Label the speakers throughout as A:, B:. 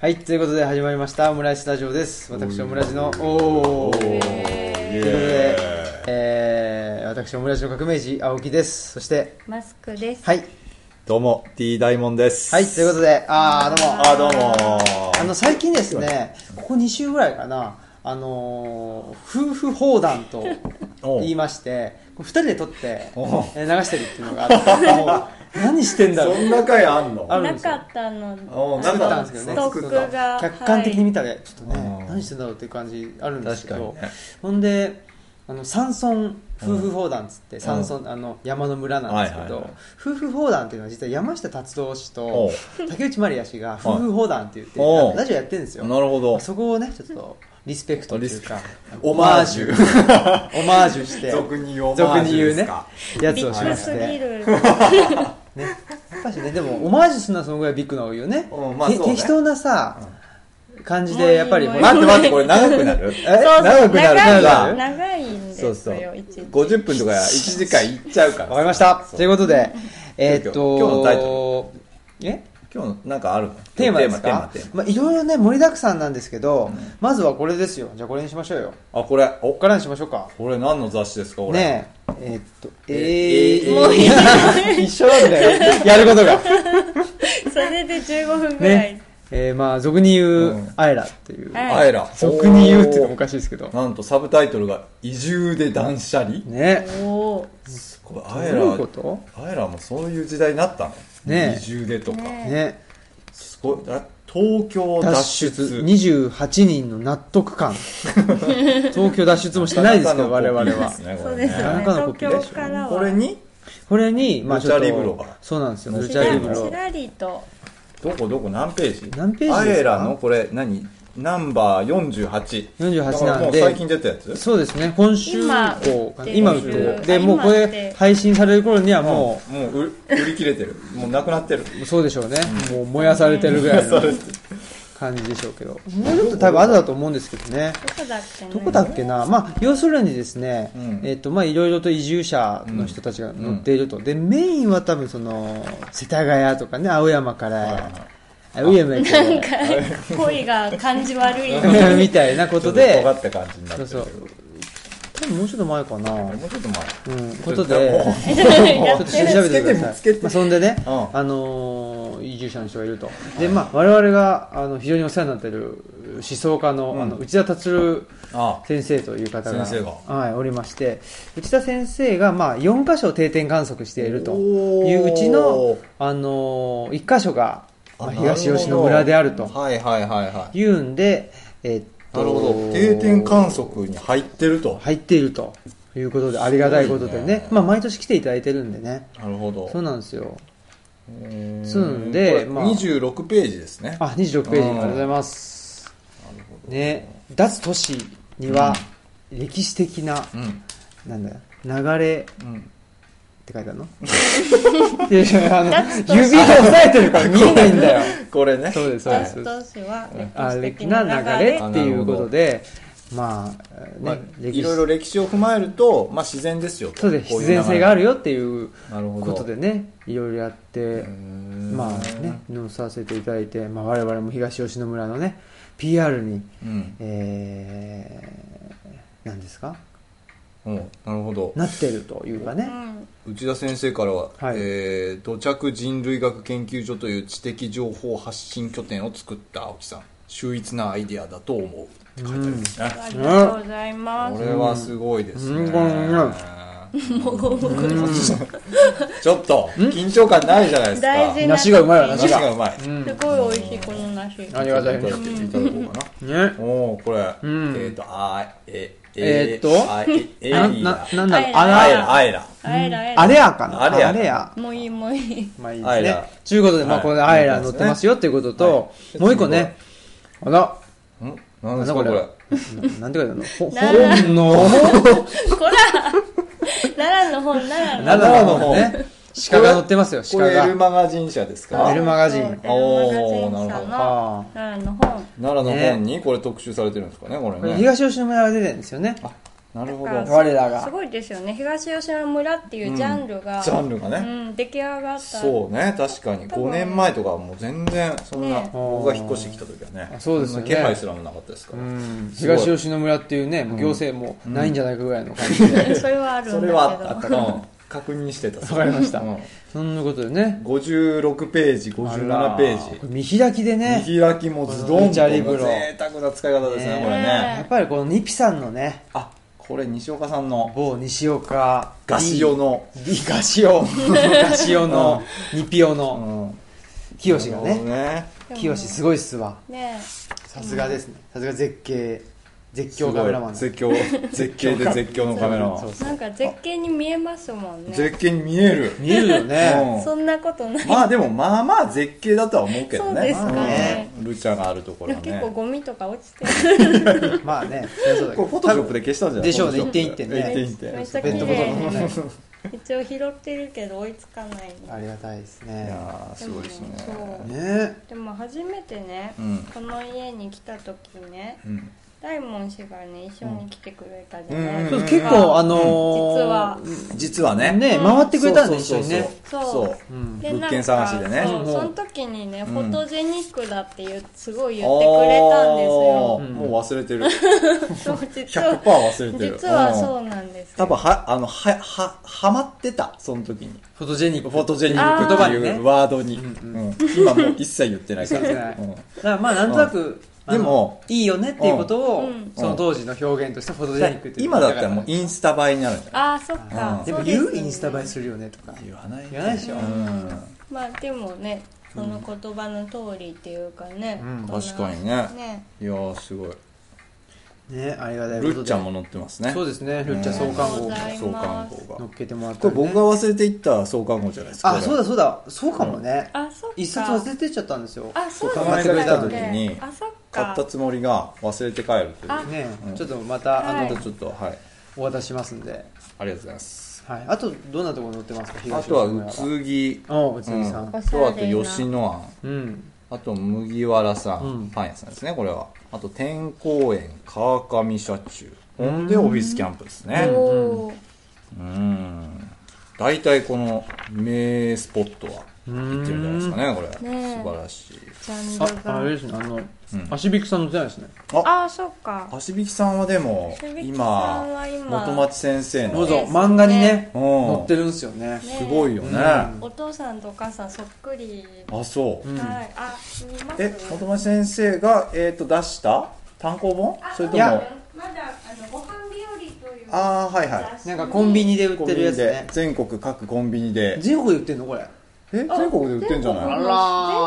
A: はい、ということで始まりました、オムライスラジオです。私、オムラジの、おー。ということで、えー、私、オムラジの革命児、青木です。そして、
B: マスクです。
A: はい、
C: どうも、T 大門です。
A: はい、ということ
C: で。
A: で、あー、どうも。
C: あー、どうも
A: あの、最近ですね、ここ2週ぐらいかな、あのー夫婦砲弾と
C: おう
A: 言いまして、2人で撮って、
C: おう
A: えー流してるっていうのがあ って、もう何してんだろ
C: そ。
A: うん
C: な回あんの
A: あるん
B: な
A: ですよ
B: かったの。
C: おー
A: 作
C: な
A: っ
C: んか
A: たんですけど
B: スト
A: ね
B: ックが
A: 客観的に見たらちょっとね、
C: うん
A: 何してんだろうっていう感じあるんですけど、
C: 確かにね
A: ほんであの山村夫婦砲弾っつって、山村あの山の村なんですけど、
C: はいはいはい
A: 夫婦砲弾っていうのは実は山下達郎氏
C: お
A: と
C: う
A: 竹内まりや氏が夫婦砲弾って言って、
C: おう
A: ラジオやってるんですよ
C: なるほど。
A: そこをねちょっとリスペクトというか
C: オマージュ
A: オマージュして
C: 俗に言うオマ
A: 俗
C: ー
A: に
C: ジ
A: 言う
C: ュです
A: ね
C: か
A: や
B: ビ
A: つをし
B: ッグ
A: まし
B: す
A: て
B: ぎる。
A: やっぱしねでもオマージュするのはそのぐらいビッグな方がいいよね,、
C: うんまあそうね
A: て適当なさ、感じでやっぱり
B: もういいもういい
C: 待って待って、これ長く な る
A: え長くなる
B: 長
A: 長
B: い
A: くなる
B: 長いんです
C: そ
B: よ。
C: うそう。
B: 一日
C: 50分とか1時間いっちゃうから。
A: わかりましたということでえーっと
C: 今日のタイ
A: え
C: 今日のなんかあるの
A: テーマですか
C: テーマ、テー
A: まあ、いろいろね盛りだくさんなんですけど、まずはこれですよじゃあこれにしましょうよ
C: マ。あ、これ、お
A: こっからにしましょうか
C: これ何の雑誌ですかこれ。
A: ねええーっとえ
C: え
A: ー、
C: もういい
A: えー一緒なんだよやることが
B: それで15分ぐらい
A: ね。えー、まあ俗に言う、
C: うん
A: アイラっていう
B: はい
C: あえら。
A: 俗に言うっていうのもおかしいですけど
C: なんとサブタイトルが、移住で断捨離
A: ね
B: おー
C: すごい、
A: どう
C: あえ
A: いう
C: ら
A: こ。と
C: あえらもそういう時代になったの
A: ねえ
C: 移住でとか。
B: ね
A: ね
C: すごい。あ東京脱
A: 脱
C: 出
A: 出。28人の納得感東京脱出もしてないですけど我々は
B: そうですよ
A: な
B: ね。
A: かなかコ
B: 東
A: ピーでしょ
B: 京からは。
C: これに
A: これにまあちょっと
C: ルチャリブロが
A: そうなんですよル
C: ル
B: ち
A: チ
C: チ
A: ャ
B: ら
A: リ
C: ャ
A: ブロ
B: ちらりと。
C: どこどこ何ページ
A: 何ページですか
C: アエラのこれ何ナンバー48
A: 48
C: だから
A: な
C: も
A: ん
C: う
A: で
C: 最近出たやつ
A: そうですね今週
B: 今
A: こう
B: っていう
A: 今打ってで
B: あ
A: もうこ
B: 今っ
A: れ
B: て
A: 配信される頃にはも
C: うもう売売り切れてるもうなくなってる
A: うそうでしょうねもう燃やされてるぐらいの感じでしょうけどもうちょっと多分後だと思うんですけどね
B: どこだっけね。
A: どこだっけな、まあ、要するにですね、
C: うん
A: えっとまあ、いろいろと移住者の人たちが乗っていると、でメインは多分その世田谷とかね青山からあ上山行
B: なんか恋が感じ悪い。
A: くみたいなこ
C: ち
A: と
C: ょっと尖
A: で
C: った感じになって
A: そう
C: る
A: そう多分もうちょっと前かな、
C: あれもうちょっと前
A: うん、ことで
C: もう
A: ちょ
B: や
A: っ
B: っ
A: と
B: て
A: 調
B: る。
A: べてくだ
C: つ
A: さ
C: け
A: い
C: て。
A: まあ、そんでね、
C: うん
A: あのー移住者の人がいると。で、まあ、我々が、あの、非常にお世話になっている思想家の、あの、内田達郎
C: あ
A: 先生という方が
C: 先生が
A: はい、おりまして内田先生が、まあ、4箇所定点観測しているといううちの
C: おー、
A: あのー1箇所が、まあ、
C: あ
A: 東吉野村であると
C: はいはいはいはい
A: いうんで、えっと
C: なるほど定点観測に入ってると
A: 入っているということでありがたいことでね
C: すごいね
A: まあ、毎年来ていただいてるんでね
C: なるほど
A: そうなんですよ
C: うん
A: そうなんで
C: これ
A: まあ
C: 26ページですね
A: あ26ページあ
C: う
A: り
C: ん
A: がとうございますね脱都市には歴史的な、
C: うん
A: なんだよ流れ
C: うん
A: って書いてあ るのいやいやあ
B: 脱
A: の
B: と
A: 指で押さえてるから見えないんだよ
C: これね
A: そうですそう
B: ラ
A: で
B: ス
A: す
B: ト氏は
A: あ
B: 歴
A: 歴
B: 史的
A: な流れっていうことでまあね、
C: まあ、
A: 歴史
C: いろいろ歴史を踏まえると、まあ、自然ですよと
A: そうです必然性がある
C: よ
A: よっていう
C: なるほど
A: ことでねいろいろやってま
C: ま
A: あねのさせていただいて、まあ、我々も東吉野村のね PR に
C: うん、
A: えー、なんですか
C: うん、なるほど
A: なってるというかね、
B: うん
C: 内田先生からは、
A: はい
C: えー土着人類学研究所という知的情報発信拠点を作った青木さん秀逸なアイデアだと思うって書いてありますね、
B: ありがとうございま
C: こ。
B: す
C: れはすごいですね、
A: うんこれね
C: ちょっと緊張感ないじゃないですか
B: 大事な
A: 梨がうまいわ梨
C: 話がうまい、
B: すごい美味しいこの梨。
A: ありがたい
C: ちょっといただこうかな
A: ね
C: おおこれ、
A: ん
C: えっ、ー、とあえ
A: えーっと
C: あええ
A: な
C: ー
A: な
C: や
A: なんだろう
B: あ
C: あ
A: あ
C: え
A: ら
C: らあえら
B: あえらあえら。
A: あれやかな
C: あれや
A: あれや
B: もういいもうい い。
A: まあいい
C: アイ
A: ですね
C: ラ。
A: ちゅうことで、まあ
C: はい
A: これでアイラ乗ってますよということと、
C: はい
A: もう一個ね、あら、
C: んなん
A: な
C: で
A: んだ
C: すかこ
A: これ
C: れ。
A: ななんて書いてあるのほ
B: 奈
A: 本の、
B: こら奈良の本奈良の
C: な
A: 奈良の
C: 奈良の
A: ね、鹿が乗ってますよ、
C: こ
A: 鹿
C: れエル
A: が。
C: マガジン社ですか
A: エルマガジン
B: おマガジンさん
A: おー
B: の奈良の本
C: 奈良の本にこれ特集されてるんですかねこれ
A: これ
C: ね
A: 東吉野村が出てるんですよね。
C: あなるほ
B: だから
C: ど
A: 我らが
B: すごいですよね東吉野村っていうジャンルが、うん、
C: ジャンルがね、
B: 出来上がった
C: そうね確かに
B: 多分
C: 5年前とかはもう全然そんな、
B: ね
C: 僕が引っ越してきた時はね
A: あそうですよね
C: そんな気配すらもなかったですから、
A: うん
C: すごい
A: 東吉野村っていうねもう行政もないんじゃないかぐらいの感じで
B: それはあるんだけど
C: それはあったから、うん確認してた
A: わかりました
C: うん
A: そんなことでね
C: 56ページ57ペー
A: これ見開きでね
C: ジ見開きもズドンと
A: このチャリブロ
C: 贅沢な使い方ですね
A: ね
C: これ
A: やっ
C: ね
A: ぱりこのニピさんのね
C: あこれ西岡さんの
A: 某西岡
C: ガシオの
A: D ガシ オガシオのニピオ
C: う
A: の
C: ん
A: 清がね
C: ね
A: 清すごいっすわ
B: ね
A: さすがですねさすが絶景絶
C: すご
A: 叫
C: い
A: カメラマン
C: 絶叫絶景で絶叫のカメラマ
A: そう
C: ン
A: そ
B: なんか絶景に見えますもんね
C: 絶景に見える
A: 見えるよね
C: うん
B: そんなことな い、
C: まあでもまあまあ絶景だとは思うけどね
B: そうですかね
C: うんルチャがあるところはね
B: 結構ゴミとか落ちて
A: まあねそりゃそうだけど
C: これフォトショップで消したんじゃない
A: でしょうね
C: フォトショップ
A: 一点一点ね
C: 一点一点
B: めっちゃ綺
A: ペ
B: 麗
A: ットボトルもね
B: 一応拾ってるけど追いつかない
A: ありがたいです
C: い
A: ね
C: やーすごいですね
B: そう
A: ね
B: でも初めてね、
C: うん
B: この家に来た時ね
C: うん
B: 大門氏がね一緒に来てくれたじゃ
C: う
B: なんい
A: そう
B: ですか、
A: 結構あのー
C: 実はね
A: ね回ってくれたんですよね
B: そう
C: そう
A: うん
B: で
C: 物
B: なんか
C: 件探しでね
B: そう
A: うん
B: その時にね、
C: うん
B: フォトジェニックだっていうすごい言ってくれたんです
C: あ
B: よ
C: ー
A: うん
C: もう忘れてる
B: そう実
C: 100%
B: は
C: 忘れてる
B: 実は
C: う
B: そ
C: ん
B: うなんですよ
C: 多分はあのはははまってたその時に
A: フォトジェニック
C: フォトジェニックって
A: あー
C: い
A: ね
C: うワードに、
A: うん
C: うん今もう一切言ってないから
A: 言ってない
C: うん
A: だからまあなんとなく
C: うんでも
A: あのいいよねっていうことを
B: うん
A: その当時の表現としてフォトジェニックっていう
C: 今だったらもう
A: い
C: インスタ映えになるんじゃない
B: ああそっか、
C: うん
A: で
B: そ
A: も
B: うです
A: 言
B: よ
A: う
B: ね
A: インスタ映えするよねとか
C: 言わない
A: 言わないでしょ
C: うん
B: まあでもねその言葉の通りっていうかね、
A: うん
B: こんな
C: 確かにね
B: ね
C: いやーすごい
A: ねありがたいことで
C: ルッチャも乗ってますね
A: そうですねルッチャ創刊号も
B: うん
C: 創刊号が
A: 乗っけてもらっ
C: こ
A: た
C: れ僕が忘れていった創刊号じゃないですか
A: あそうだそうだそうかもね
B: あそっか
A: 一冊忘れてっちゃったんですよ
B: あそう
C: そう
B: だ
A: 買ってくれた
B: そうだ
C: 時に
B: あそっ
C: 買っ
B: か
C: たつもりが忘れて帰るという
B: あ
C: ね
A: ね
C: うん
A: ちょっとまたあ
B: は
A: の
B: い
C: ちょっとはい
A: お渡ししますんで
C: ありがとうございます
A: はいあとどんなところ載ってますか
C: あ
A: 東
C: とは
A: 吉野
C: 宇
A: 村
C: 津木
A: おう宇津木さ
C: うんあとはあと吉野庵
A: うん
C: あと麦わらさん、
A: うん
C: パン屋さんですねこれはあと天公園川上社中ほんでオフィスキャンプですね
B: おおー、
C: うん大体この名スポットは行ってるんじゃないですかねこれ、
B: ねえ
C: 素晴らしい
B: ジャンル
A: ああれ
B: が
A: ですねあの
C: ん
A: 足引きさん載ってないですね
B: ああそっか
C: 足引さんはでも
B: 足引さ
C: 今
B: んは今
C: 元町先生
A: ど
C: の
A: うぞ
B: ですね
A: 漫画にね
C: うん
A: 載ってるんですよね
B: ね
C: すごいよね、
A: うん
B: お父さんとお母さんそっくり、
C: あそう、
A: うん
B: はいあ見ます
C: え元町先生が、えー、と出した単行本
B: あ
C: それと
A: い
C: も
A: や
B: まだあのご飯日和という
C: ああはいはい
B: 雑誌
A: なんかコンビニで売
C: コ
A: っ
C: ン
A: て
C: ビ
A: るや
C: ニ
A: つ
C: で
A: ね
C: 全国各コンビニで
A: 全国で売ってんのこれ
C: え全国で売ってんじゃない
A: あら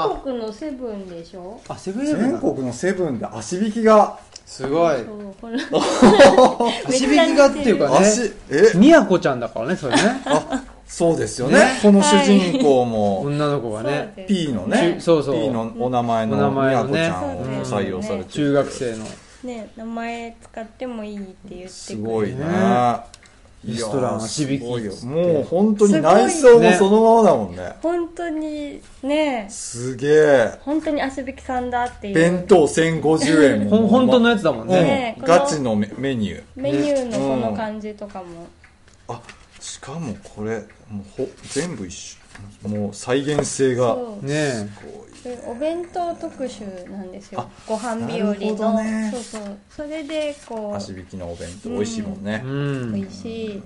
A: ー
B: 全国のセブンでしょ
A: あセブンイレブン
C: 全
A: だ
C: 国のセブンで足引きが
A: すごい
B: そうほら
A: 足引きがっていうかね
C: 足え
A: みやこちゃんだからねそれね
C: あそうですよね
A: ね
C: この主人公も
A: 女の子がね
B: そうです
C: P のね
A: ちそうそう
C: P のお名前の
A: お名前の
C: 美
A: ね
C: 和子ちゃんを採用されてる
A: 中学生の
B: ね名前使ってもいいって言ってくれる
C: すごいね
A: ね
C: いやー
A: レストラン足引き
C: すごいよもう本当に内装
A: すごい
C: も
A: ね
C: そのままだもんね
B: 本当にね
C: すげえ
B: 本当に足引きさんだっていう
C: 弁当1050円
A: ほん
C: も
A: 本当のやつだもん
C: うん
A: ね
B: ねこの
C: ガチのメメニュー
B: メニューのこの感じとかも、
C: あしかもこれもうほ全部一緒もう再現性が
B: そう
A: ね
C: すごい
B: でお弁当特集なんですよ
C: あ
B: ご飯日和
C: なるほ
B: の、
C: どね
B: そうそうそれでこ
C: 足
B: う
C: 引きのお弁当美味しいもんね、
A: えう
C: なる
B: 美
A: ん
B: 味しい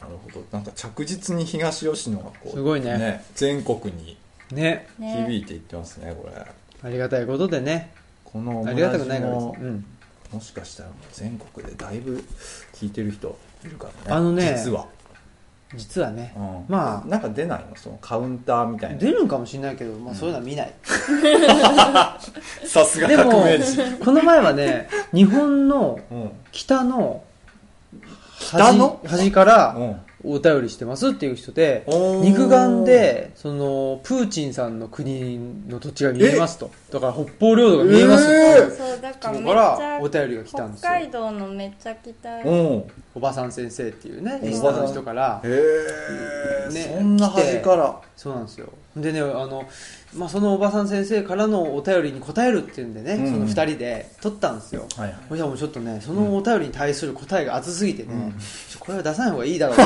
C: ほどなんか着実に東吉野がこう
A: すごいね
C: 全国に
A: ね
C: 響
B: ね
C: いていってますねこれ
A: ありがたいことでね
C: このオ
A: あ
C: ム
A: りが
C: ラ
A: た
C: ジ
A: くないから別
C: も
A: に、うん、
C: もしかしたらもう全国でだいぶ聞いてる人いるからね
A: あのね
C: 実は、
A: 実はね、
C: うん
A: まあ
C: なんか出ないのそのカウンターみたい
A: 出るんかもしれないけど、まあ、そういうのは見ない、
C: なさすが
A: でも
C: 革命児、
A: この前はね日本の
C: うん
A: 北の
C: 北の
A: 端端から
C: うん
A: お便りしてますっていう人で
C: おー
A: 肉眼でそのプーチンさんの国の土地が見えますとだから北方領土が見えますって
C: え
A: い
C: ー
A: う
B: そうそうだからめっち
A: だから
B: ゃ
A: お便りが来たんですよ
B: 北海道のめっちゃ北
C: うん
A: おばさん先生っていうねリスナーの人から
C: へえ、
A: ね
C: そんな端から
A: そうなんですよでねあの、まあ、そのおばさん先生からのお便りに答えるっていうんでね、
C: うん
A: その2人で撮ったんですよ、
C: はいはい
A: そしたらもうちょっとねそのお便りに対する答えが熱すぎてね、ちょこれは出さない方がいいだろうと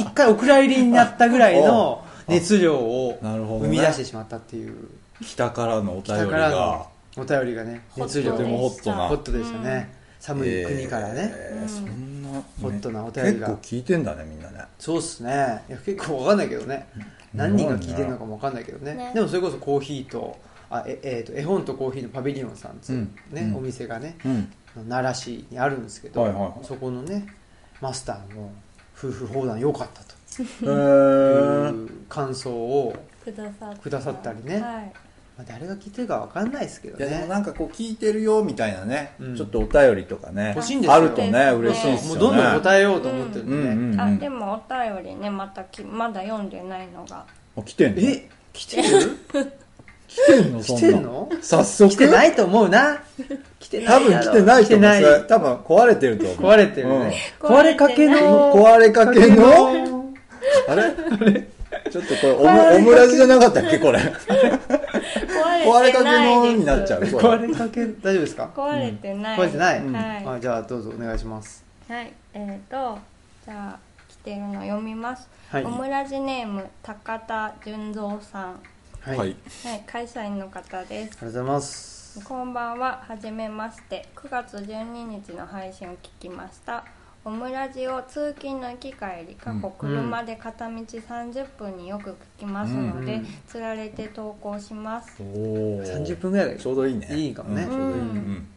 A: い一回お蔵入りになったぐらいの熱量を
C: なるほど
A: 生
C: ね
A: み出してしまったっていう
C: 北からのお便
A: 北
C: り
A: から
C: が
A: のお便りがね
B: ホット
A: 熱量
B: とてもホットな
A: ホットでしたね、寒い国からね、
C: えーそんな、ね
A: ホットなお便りが
C: 結構聞いてんだねみんなね
A: そうっすねいや結構わかんないけどね何人が聞いてるのかもわかんないけどね
B: ね
A: でもそれこそコーヒーとあえ、えーと絵本とコーヒーのパビリオンさんっていう、ね
C: うん
A: お店がね、
C: うん
A: 奈良市にあるんですけど、
C: はいはいはい
A: そこのねマスターの夫婦砲弾良かったと
C: へ
A: い
C: ー
A: う感想を、
B: くださった
A: くださったりね
B: はい
A: まあ、誰が聞いてるかわかんないですけど
C: いやでも
A: ね
C: なんかこう聞いてるよみたいなね、
A: うん
C: ちょっとお便りとかね
A: 欲しいんですよ
C: あるとね嬉しいです
A: も
C: よ
A: う
C: ね
A: どんどん答えようと思ってるんでね、
C: うんうんうん
B: あでもお便りねまたきまだ読んでないのが
C: あ来てんの
A: え来てる
C: 来てんのそん
A: 来
C: な
A: てんの
C: 早速
A: 来てないと思う な来てな
C: 多
A: いだ
C: 分
A: ろ
C: 来てない
A: 来
C: と
A: て
C: 思う
A: ない
C: それ多分壊れてると思う
A: 壊れてるね、
B: うん
A: 壊れかけの
C: うん壊れかけの あれちょっとこれオムオムラジじゃなかったっけこれ壊
B: 壊
C: れ
B: れ
C: かけ
B: てない
C: の
B: です
C: になっちゃうこれ
A: 壊れかけ大丈夫ですか
B: 壊れてない、
A: 壊れてない、
B: うんはい
A: あじゃあどうぞお願いします
B: はいえー、とじゃあ来てるの読みます、
A: はい
B: オムラジネーム高田純三さん
A: はい、あり
B: はい会社員の方です
A: がとうございます
B: こんばんは、はじめまして。9月12日の配信を聞きました。オムラジを通勤の行き帰り、過去車で片道30分によく聞きますの
A: う
B: で
A: ん、
B: つられて投稿します。
C: おー
A: 30分ぐらいだけ
C: ちょ
A: ど
C: うどいいね
A: いいかもね
C: うんちょうどいい、うん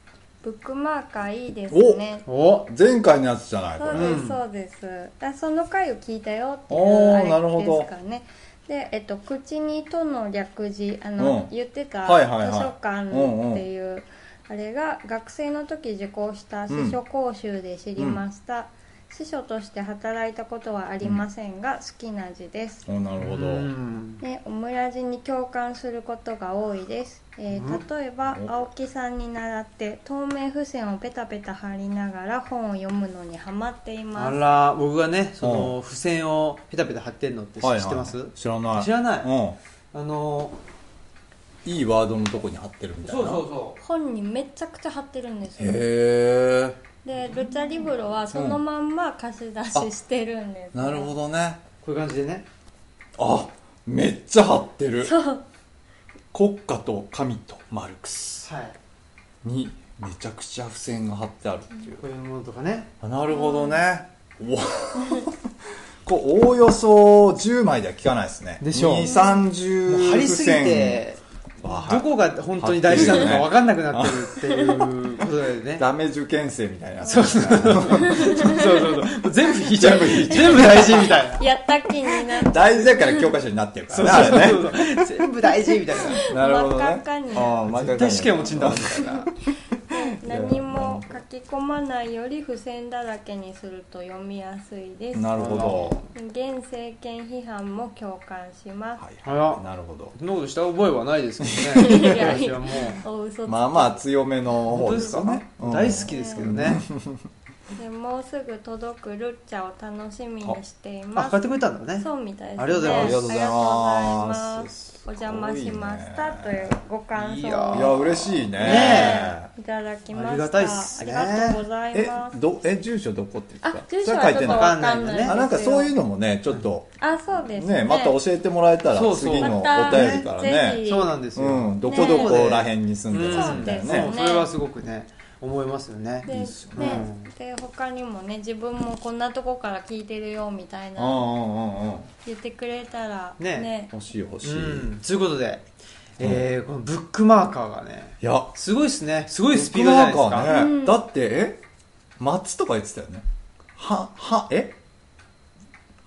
B: ブックマーカーいいですね。
A: お
C: 前回のやつじゃないこ
B: そう
C: れ、
B: で
A: うん
B: す、そうです。だその回を聞いたよってい
C: お
B: う
C: ー
B: あれ
C: なるほど
B: ですかね。で、えっと、口にとの略字、あの、
C: うん
B: 言ってた図
C: はいはいはい
B: 書館って
C: うんうん
B: いう、あれが学生の時受講した司書講習で知りました。司書として働いたことはありませんが、好きな字です。
C: おなるほど、
A: うん
B: でオムラジに共感することが多いです、えー例えば青木さんに習って透明付箋をペタペタ貼りながら本を読むのにハマってい
A: あ
B: ます
A: ら僕がねその付箋をペタペタ貼ってんのって知
C: はいはい
A: ってます、
C: 知らない
A: 知らない
C: うん
A: あの
C: いいワードのとこに貼ってるみたいな
A: そ
B: 本にめちゃくちゃ貼ってるんですよ
C: へ
B: でルチャリブロはそのまんま貸し出ししてるんです、
C: えなるほ
B: ど
C: どね
A: こういう感じでね
C: あめっちゃ貼ってる
B: そう
C: 国家と神とマルクス
A: はい
C: にめちゃくちゃ付箋が貼ってあるっていう
A: こういうものとかね
C: あなるほどねおこうおおよそ10枚では効かないですね
A: でしょう
C: 2 3 0
A: もう貼りすぎてどこが本当に大事なのか分かんなくなってるっていうことだよね
C: ダメ受験生みたいな
A: そうそうそう そうそうそうもう全部引いちゃう全部大事みたいな
B: やった気に なって
C: 大事だから教科書になってるか
A: そう
C: らねあれね
A: そうそうそう 全部大事みたい
C: なるほどね
B: 真っ赤っかに
C: ああ真っ赤
A: な
C: っか
A: 絶
C: に
A: 対試験落ちんだもんみたいな
B: 何も書き込まないより付箋だらけにすると読みやすいです
C: なるほど
B: 現政権批判も共感します、
C: はい
A: あら
C: はいなるほど
A: そんなことした覚えは ないですけどね
B: いやい
A: 私
B: や
A: はもう
B: お嘘つき
C: まあまあ強めの
A: 本当
C: 方
A: で
C: ですす
A: か
C: よねうん
A: 大好きですけどね
B: でもうすぐ届くルッチャを楽しみにしてい
A: あ
B: ま
A: 買っ
B: す
A: てくれたんだね
B: そうみたいですね
A: ありがとうございます
B: ありがとうござい
C: ありがとうござい
B: ま
C: ますす
B: お邪魔しました
C: す
B: と
C: ごい
B: い
C: ね
B: うご感
A: いや
B: 想
C: い
B: を
C: や嬉しいね
A: ね
B: いただきました
A: ありがたいっすね
B: ありがとうござい
C: え
B: ます
C: どえ住所どこって言っ
B: あ
C: てた
B: 住所はちょっとわかんないです
A: それ書いてない
B: よ
C: あなんかそういうのもねちょっと
B: あそうですね
C: ねまた教えてもらえたら
A: そうそう
C: 次のお便
B: また
C: りから
B: ぜ
C: ね
A: そうなんですよ
C: うんどこどこら辺に住んでますみたいな
A: そう
C: ね
A: それはすごくね思いますよね
B: で
C: いいっすよ
A: ね
B: ねで他にもね自分もこんなとこから聞いてるよみたい
C: うん
B: な
C: うんうんうん
B: 言ってくれたら
A: ね
B: ね
C: 欲しい欲し
A: う
C: い
A: んということでえーこのブックマーカーがね
C: いや
A: すごいですねすごいスピードじゃないです
C: ブックマ
A: か
C: ーカーね
B: うん
C: だってえ松とか言ってたよねははえ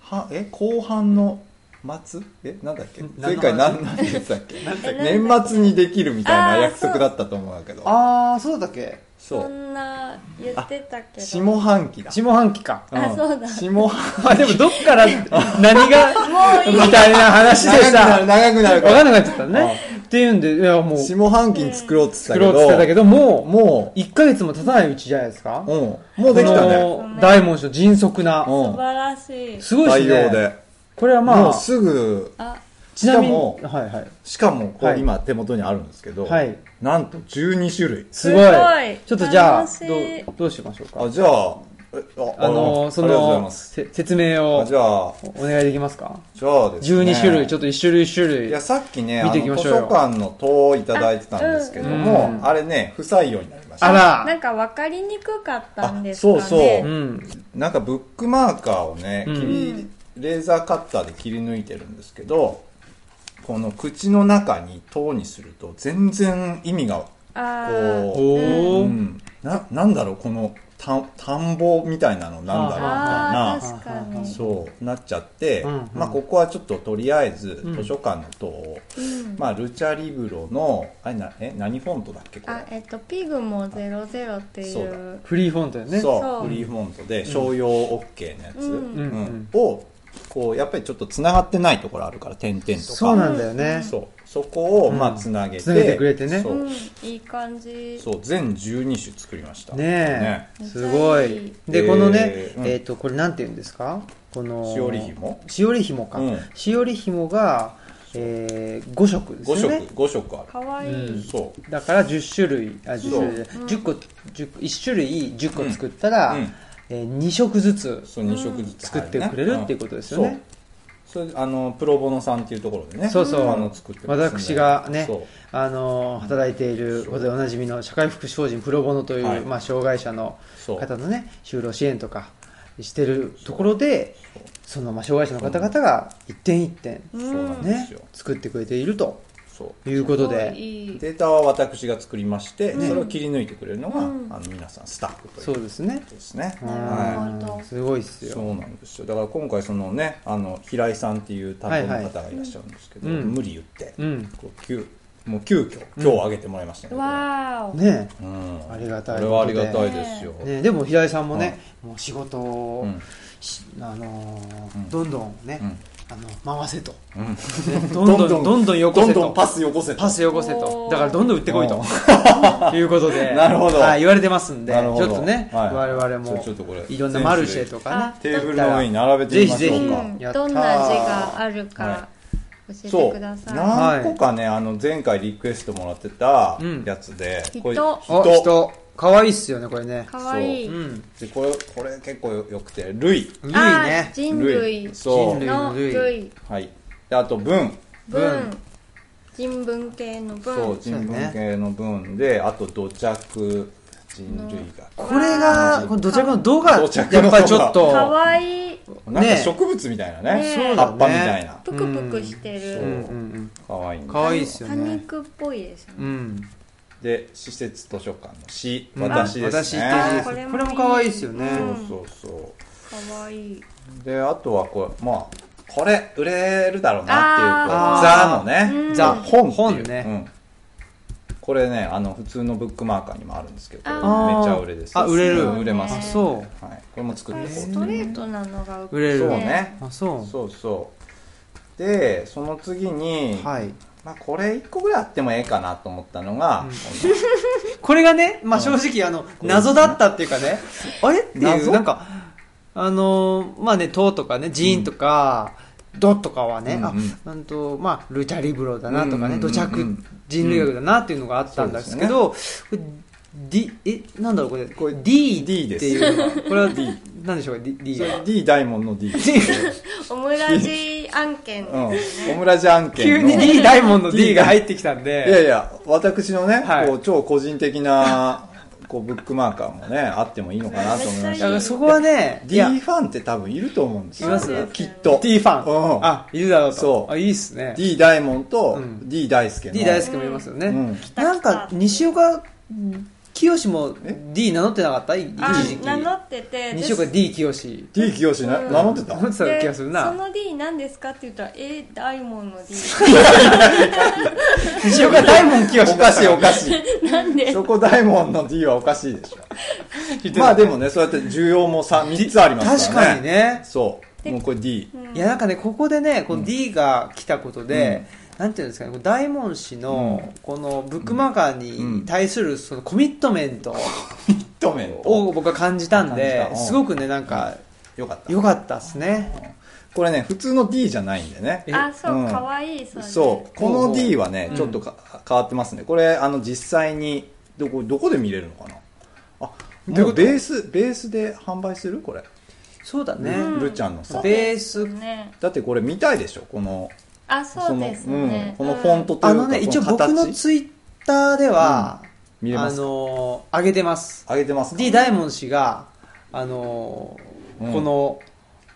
C: はえ後半の松えなんだっけ
A: ん
C: 前回
A: 何
C: 何何て言ってたっけ
B: えなんだっ
C: 年末にできるみたいな約束だったと思うんだけど
A: ああそうだっけ
B: そ
C: そう
B: そんな言ってたけど
C: 下半期だ
A: 下半期か
B: あ
C: ん
B: そうだ
C: 下半
A: あでもどっから何が
B: もういい
A: みたいな話でさ
C: 長くな
A: 分
C: る長くなるか
A: からんなくなっちゃったねっていうんでいやもう作
C: 下半期に作ろうって言
A: ろうって言って
C: ったて
A: け
C: たけ
A: ども
C: ど
A: う
C: も
A: 1ヶ月も経たないうちじゃないですか
C: う、うん、もうできたね
A: この大門氏の迅速な
C: うん
B: 素晴らしい
A: すごいですね
C: 対応で
A: これはま
C: もう
A: あ、
C: すぐ
B: あ
A: ちなみに、
C: しかも
A: はいはい。
C: しかもこ
A: は
C: う
A: い
C: 今手元にあるんですけど、
A: はい
C: なんと12種類
A: すごい
B: すごい
A: ちょっとじゃあ
B: 楽しい
A: どう、どうしましょうか
C: あじゃあえあ
A: あのー、そ
C: ありがとうござい
A: の、
C: ます
A: せ説明を
C: あじゃあ
A: お願いできますか
C: じゃあですね
A: ?12 種類、ちょっと一種類一種類。
C: いやさっきねあ
A: 見
C: の
A: ていきま
C: 図
A: しょうよ
C: 書館の塔をいただいてたんですけども
A: あ
C: あ,、
A: うん
C: れね不採用になりました
A: あら
B: なんか分かりにくかったんですかね
C: あそう
A: う
C: そ
A: ん。
C: なんかブックマーカーをね、
A: うん
C: 切りレーザーカッターで切り抜いてるんですけどこの口の中に塔にすると全然意味が
B: あー
C: こ
A: お
C: う、
A: ー。
C: うん、ななんだろうこの田田んぼみたいなのなんだろうみたい
B: あ
C: な
B: ー確か
A: は
B: に
C: そうなっちゃって、
A: うんうん
C: まあ、ここはちょっととりあえず
A: うん
C: 図書館の塔を、まあ、ルチャリブロのあれなえ何フォントだっけこ
B: あ
C: れ
B: えっとピグモ00ってい
C: そうだ
B: う
A: フリーフォントよね。
C: そう
B: そう
C: フリーフォントで商用 OK のやつ、
B: う
A: う
B: ん
A: んうん
C: をこうやっぱりちょっとつながってないところあるから点々とか
A: そうなんだよね。
C: そうそこを
A: うん
C: まあつなげて、
A: 繋げてくれてね
C: そう,、
B: うんいい感じ
C: そう全12種作りました
A: ねえ、
B: ね
A: すご
B: めっちゃい
A: い
B: い。
A: で、このね
C: え、ーうん
A: えっと、これなんて言うんですかこの、
C: しおり紐
A: しおり紐か
C: うん。
A: しおり紐が、えー、5色です
C: 5
A: よ
C: 色
A: ね。
C: 5色あ
B: かわい
A: うん
B: い
C: そう
A: だから10種類、あ、10種類じゃない、
B: そう
A: 10個、10個、1種類10個作ったら
C: うんうん、
A: えー2色ずつ
C: るそう2色ずつ
A: 作
C: 入
A: ってくれるっていうことですよね。
C: そうそれあのプロボノさんっていうところでね
A: そうそう
C: あの作ってますんで
A: 私がね
C: そう、
A: あのー働いていることでおなじみの社会福祉法人プロボノという、
C: はい
A: まあ、障害者の
C: そう
A: 方のね就労支援とかしてるところでその、まあ、障害者の方々が一点一点、
C: そうなんで
A: ね
C: すよ、
A: 作ってくれていると
C: そう
A: いうこと
B: すご
A: で
B: いいい
C: データは私が作りまして、
A: ね
C: それを切り抜いてくれるのが、
B: うん
C: あの皆さんスタッフという
A: そうですね
C: ことですね、
A: うん
C: はい
B: ほど
A: すごいっす
C: そ
A: よ
C: うなんですよだから今回そのねあの平井さんっていう担当の方がいらっしゃるんですけど、
A: はいはいうん
C: 無理言って、
A: うん
C: こう急もう急遽今日あげてもらいましたね、
B: わーお
A: ね
C: これうん
A: ありがたい
C: これはありがたいですよ、
A: ねでも平井さんもね、もう仕事を、
C: うん
A: しあのー
C: うん
A: どんどんね、
C: うん
A: あの回せと、
C: うん
A: ねどんどんどんどんよこせ
C: どん
A: と
C: どんパスよこせと
A: パスよこせと
B: おー
A: だからどんどん売ってこいと いうことで
C: なるほど
A: はい、言われてますんでち
C: なる
A: ょ
C: ほ
A: っ
C: ど
A: とね、
C: はい
A: 我々も
C: ちょちょっとこれ
A: いろんなマルシェとかね
C: テーブルの上に並べてみましょう
A: ぜひぜ
C: か
B: うん
A: やったー
B: どんな字があるか
C: は
B: 教え
C: そ
B: て
C: う
B: ください、
C: 何個かね、あの前回リクエストもらってた
A: うん
C: やつで、
B: 人
C: これ
A: お人かわいいっすよねこれね
B: かわいい
A: うん
C: でこれこれ結構よよくて
A: い
C: 類
A: い
B: あー
A: ね
B: 人類
C: そう
A: 人類
B: の類
C: はいであと文
B: 文人文系の文
C: そう人文系の文で、あと土着人類学
A: これがこの土着の「度がや
C: 土
A: っ
C: 着の度
A: ぱりちょっと
B: かわいい
C: なん
A: ね
C: か植物みたいなね
B: ねそ
A: だね
B: う
C: 葉っぱみたいな
B: ぷくぷくしてる、
A: う
C: そ
A: んうん
C: かわいいん
A: うん
C: で
A: かわいいっすよ
B: 多
A: ね
B: 肉っぽいですね、
A: うん
C: で施設図書館の「詩」
A: うん
C: 私です
A: 私私で
C: ね
A: す
B: あ
A: これもかわいいっすよね
B: うん
C: そうそう
B: かわいい
C: であとはこれまあこれ売れるだろうなっていうこう
B: あー
C: ザのねザ
A: うん
C: 本って
A: 本
C: いう
A: ね
C: うんこれねあの普通のブックマーカーにもあるんですけどこれめ
A: あー
C: ちゃ売れです
A: あ売れる
C: うん売れます
A: あ
B: ね
A: そ
C: はい、これも作っ
B: こ
C: てこ
B: れ
C: う
B: ストレートなのが
A: う売れる
C: そうね
A: あそう
C: そうそうでその次に、
A: はい
C: まあ、これ1個ぐらいあってもええかなと思ったのが、
A: これがね、まあ、正直あの謎だったっていうかね、あれっていう
C: 謎
A: なんかあのーまあね「と」とかね「ジーン」とか「ド」とかはね、
C: うんうん
A: あなんとまあルチャリブロだなとかね、
C: うんうんうんう
A: 土
C: ん
A: 着人類学だなっていうのがあったんですけど、D えなんだろうこれこれ D って
C: D です
A: いう のはこれは D なんでしょうか D, D
C: そ
A: は
C: れ D 大門の D、
B: オムラジ案件
C: うん、オムラジ案 件
A: 急
C: の
A: に D 大門の D が入ってきたん
C: いや
A: で
C: いや私のね、
A: はい
C: こう超個人的なこうブックマーカーもねあってもいいのかなと思いま
A: い
C: し
B: めっちゃ
A: や
B: い
C: た
B: い
A: そこはねい
C: D
A: や
C: ファンって多分いると思うんですよ
A: います
C: きっと
A: D ファン、
C: うん
A: あいるだろうと
C: そう
A: あいいっすね
C: D 大門と
A: うん
C: D 大輔の、
A: D 大好きもいますよね、
C: うん
A: なんか西岡清も D 名乗ってなかったい一
B: あ
A: 時期
B: 名乗ってて
A: 西岡
B: で
A: D 清
C: D 清志な名乗ってた
A: 名乗ってた気がする
B: そ
A: な
B: の D 何ですかって言ったら A 大門の D
A: 西岡大門清
C: おかしいおかし い
B: なんで
C: そこ大門の D はおかしいでしょ。まあでもね、そうやって重要もさ3つあります
A: 確
C: からね。
A: かに。ね
C: そう。もうこれ D。
A: いやなんかねここでねこの D が来たことで、なんていうんですかねこう大門氏のこのブックマーカーに対するそのコミットメント
C: 一面
A: を
C: と。
A: 僕は感じたんで
C: 感じたうん
A: すごくねなんか
C: よかった。
A: 良かったですね
C: これね普通の D じゃないんでね
A: え
B: あそう、
C: うん
B: 可愛いそうです
C: そうこ
A: ほうほ
C: の
A: う
C: D はね
A: うん
C: ちょっとか、変わってますねこれあの実際にどこどこで見れるのかなあ
A: どういう
C: も
A: こ
C: う
A: と
C: ベースベースで販売するこれ
A: そうだね、
B: うん
C: ルちゃんのさ
A: ベース
B: ね
C: だってこれ見たいでしょこの
B: あそう
C: の
B: ですね
C: うん、このフォントとい
A: あ
C: うか
A: のね一応
C: この
A: 僕
C: 形
A: のツイッターでは、
C: 見れ
A: あ
C: ます
A: のー上げてます
C: 上げてますか
A: D ダイモン氏があのー
C: うん
A: この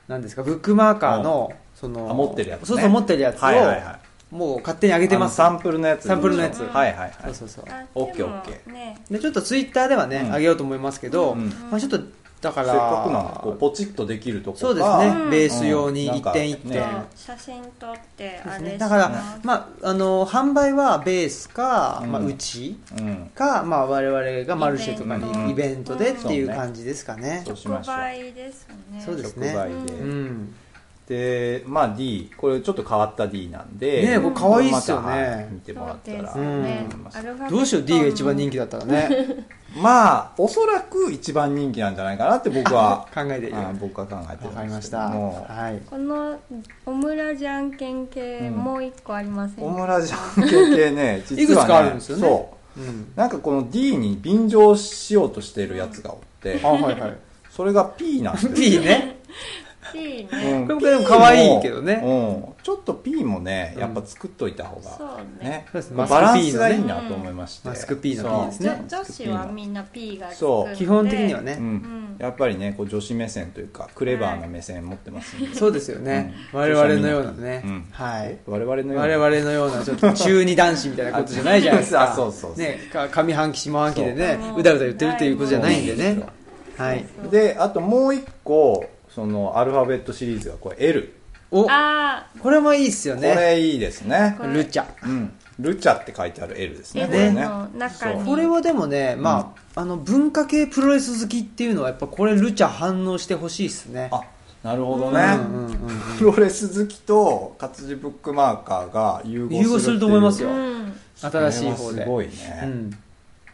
A: なんですかブックマーカーの、その
C: あ持ってるやつね
A: そうそう持ってるやつを、
C: はいはいはい
A: もう勝手に上げてます
C: あのサンプルのやつ
A: サンプルのやつ
C: はいはいは
A: そう
C: い
A: そうそう
B: あ
C: オッケーオッケ
B: でもね
A: でちょっとツイッターではね、
C: うん
A: 上げようと思いますけど、
C: うん
A: まあ、ちょっとだから
C: せっかくなんでこうポチッとできるとこか
A: そうですね、
B: うん
A: ベース用に
C: うん
A: 一点一
B: ち
A: 点、
B: ょ
C: な
B: っ
C: んかね
B: と写真撮って
A: そうで
B: あ
A: す
B: れ
A: ね
B: し
A: だから、
B: ます
A: まああのー販売はベースか、
C: うん
A: まあ、うち
C: うん
A: か、まあ、我々がマルシェとか
C: イベント
A: にイベントでっていう
C: うん
A: 感じですかね
C: そうしま
B: 特
C: しょう
B: 売ですね
A: そうですね
C: 直売で、
A: うん
C: でまあ D これちょっと変わった D なんで
A: ねえこれ可愛いっすよね
C: これまたはい見て
B: そ
C: もら
B: う
C: った
B: で
C: ら
B: すね
C: と思いま、す
B: アルファベット
A: どうしよう D が一番人
B: 気
A: 気だったらね
C: まあおそらく一番人気なんじゃないかなって 僕は
A: 考えている
C: あ
A: わ
C: 僕は考えてるんですけど
A: かりました
C: もう
A: はい
B: このオムラジャンケン系もう一個ありません
C: オ
B: か
C: ムラジャン系系ね実はね
A: いくつかあるんですよね
C: そう
A: うん
C: なんかこの D に便乗しようとしているやつがおって
A: あはいはい
C: それが P なんです よ
A: P ね
B: いいね、
C: う
A: こ
C: ん
A: れもでも可愛いけどね
C: P もうんちょっと P もねやっぱ作っといた方
B: そ
C: が
B: うね
C: ね
A: そうですね
C: バランスがいいなと思いまして
A: マスク P の P
C: そう
A: です
B: じょ
A: ね
B: 女子はみんな P がつく
C: そ
B: ん
C: う
B: で
A: 基本的にはね、
C: うん
B: ん
C: やっぱりねこう女子目線というかクレバーな目線持ってますんで
A: そうですよね、
C: うん
A: 我々のようなね、
C: うん
A: はい
C: 我々のよう
A: 我
C: な
A: 々のようなちょっと中二男子みたいなことじゃないじゃないですか
C: あそうそうそう
A: ねか上半期下半期でね
B: そう
A: うだうだ言ってるということじゃないんでねはい
C: であともう一個そのアルファベットシリーズがこれ L
A: お
B: あ
A: これもいいっすよ
C: こ
A: ね
C: れいいですね
B: これ
A: ルチャ
C: うんルチャって書いてある L ですね
B: L
C: これ
B: の中に
C: そう
A: これはでもね、まあ、あの文化系プロレス好きっていうのはやっぱこれルチャ反応してほしいですね
C: あなるほど
A: う
C: ね、
A: んうんうん
C: プロレス好きと活字ブックマーカーが融合する
A: 融合すると思います
B: ー
A: よ
B: うん
A: 新しい方で
C: それはすごいね、
A: うん、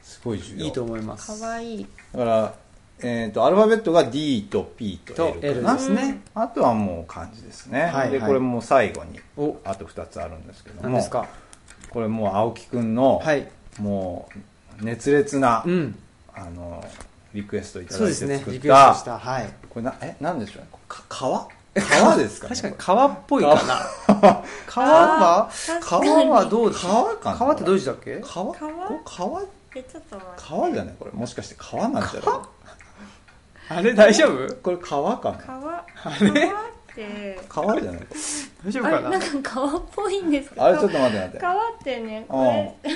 C: すごい重要
A: いいと思います
B: かわいい
C: だから、えー、とアルファベットが D と P と
A: と
C: L
A: L
C: かな
A: ですね、
C: あとはもう漢字ですね、
A: はい
C: で
A: はい
C: これもう最後に
A: お
C: あと2つあるんですけど
A: 何
C: も
A: ですか
C: これもう青木くんの、
A: はい
C: もう熱烈な、
A: うん
C: あのリクエストいた
A: そ
C: だ
A: う
C: い
A: で
C: て
A: すね
C: 作
A: リ
C: っ
A: クエストしたたはい
C: これなえなんでしょうねか川川ですかね
A: 確かに
C: これ
A: 川っぽ いかな川は
B: あー確かに
A: 川はどうです
C: 川かな
A: 川ってどういう字だっけ
C: 川
B: 川
C: これ川
B: えちょっと待って
C: 川じゃないこれもしかして川なんじゃない
A: 川あれ大丈夫
C: これ川かな
B: 川川って
C: 川じゃない
A: 大丈夫
B: あれ
A: か
B: な
A: なん
B: か川っぽいんですか
C: あれちょっと待って待って
B: 川ってねこれ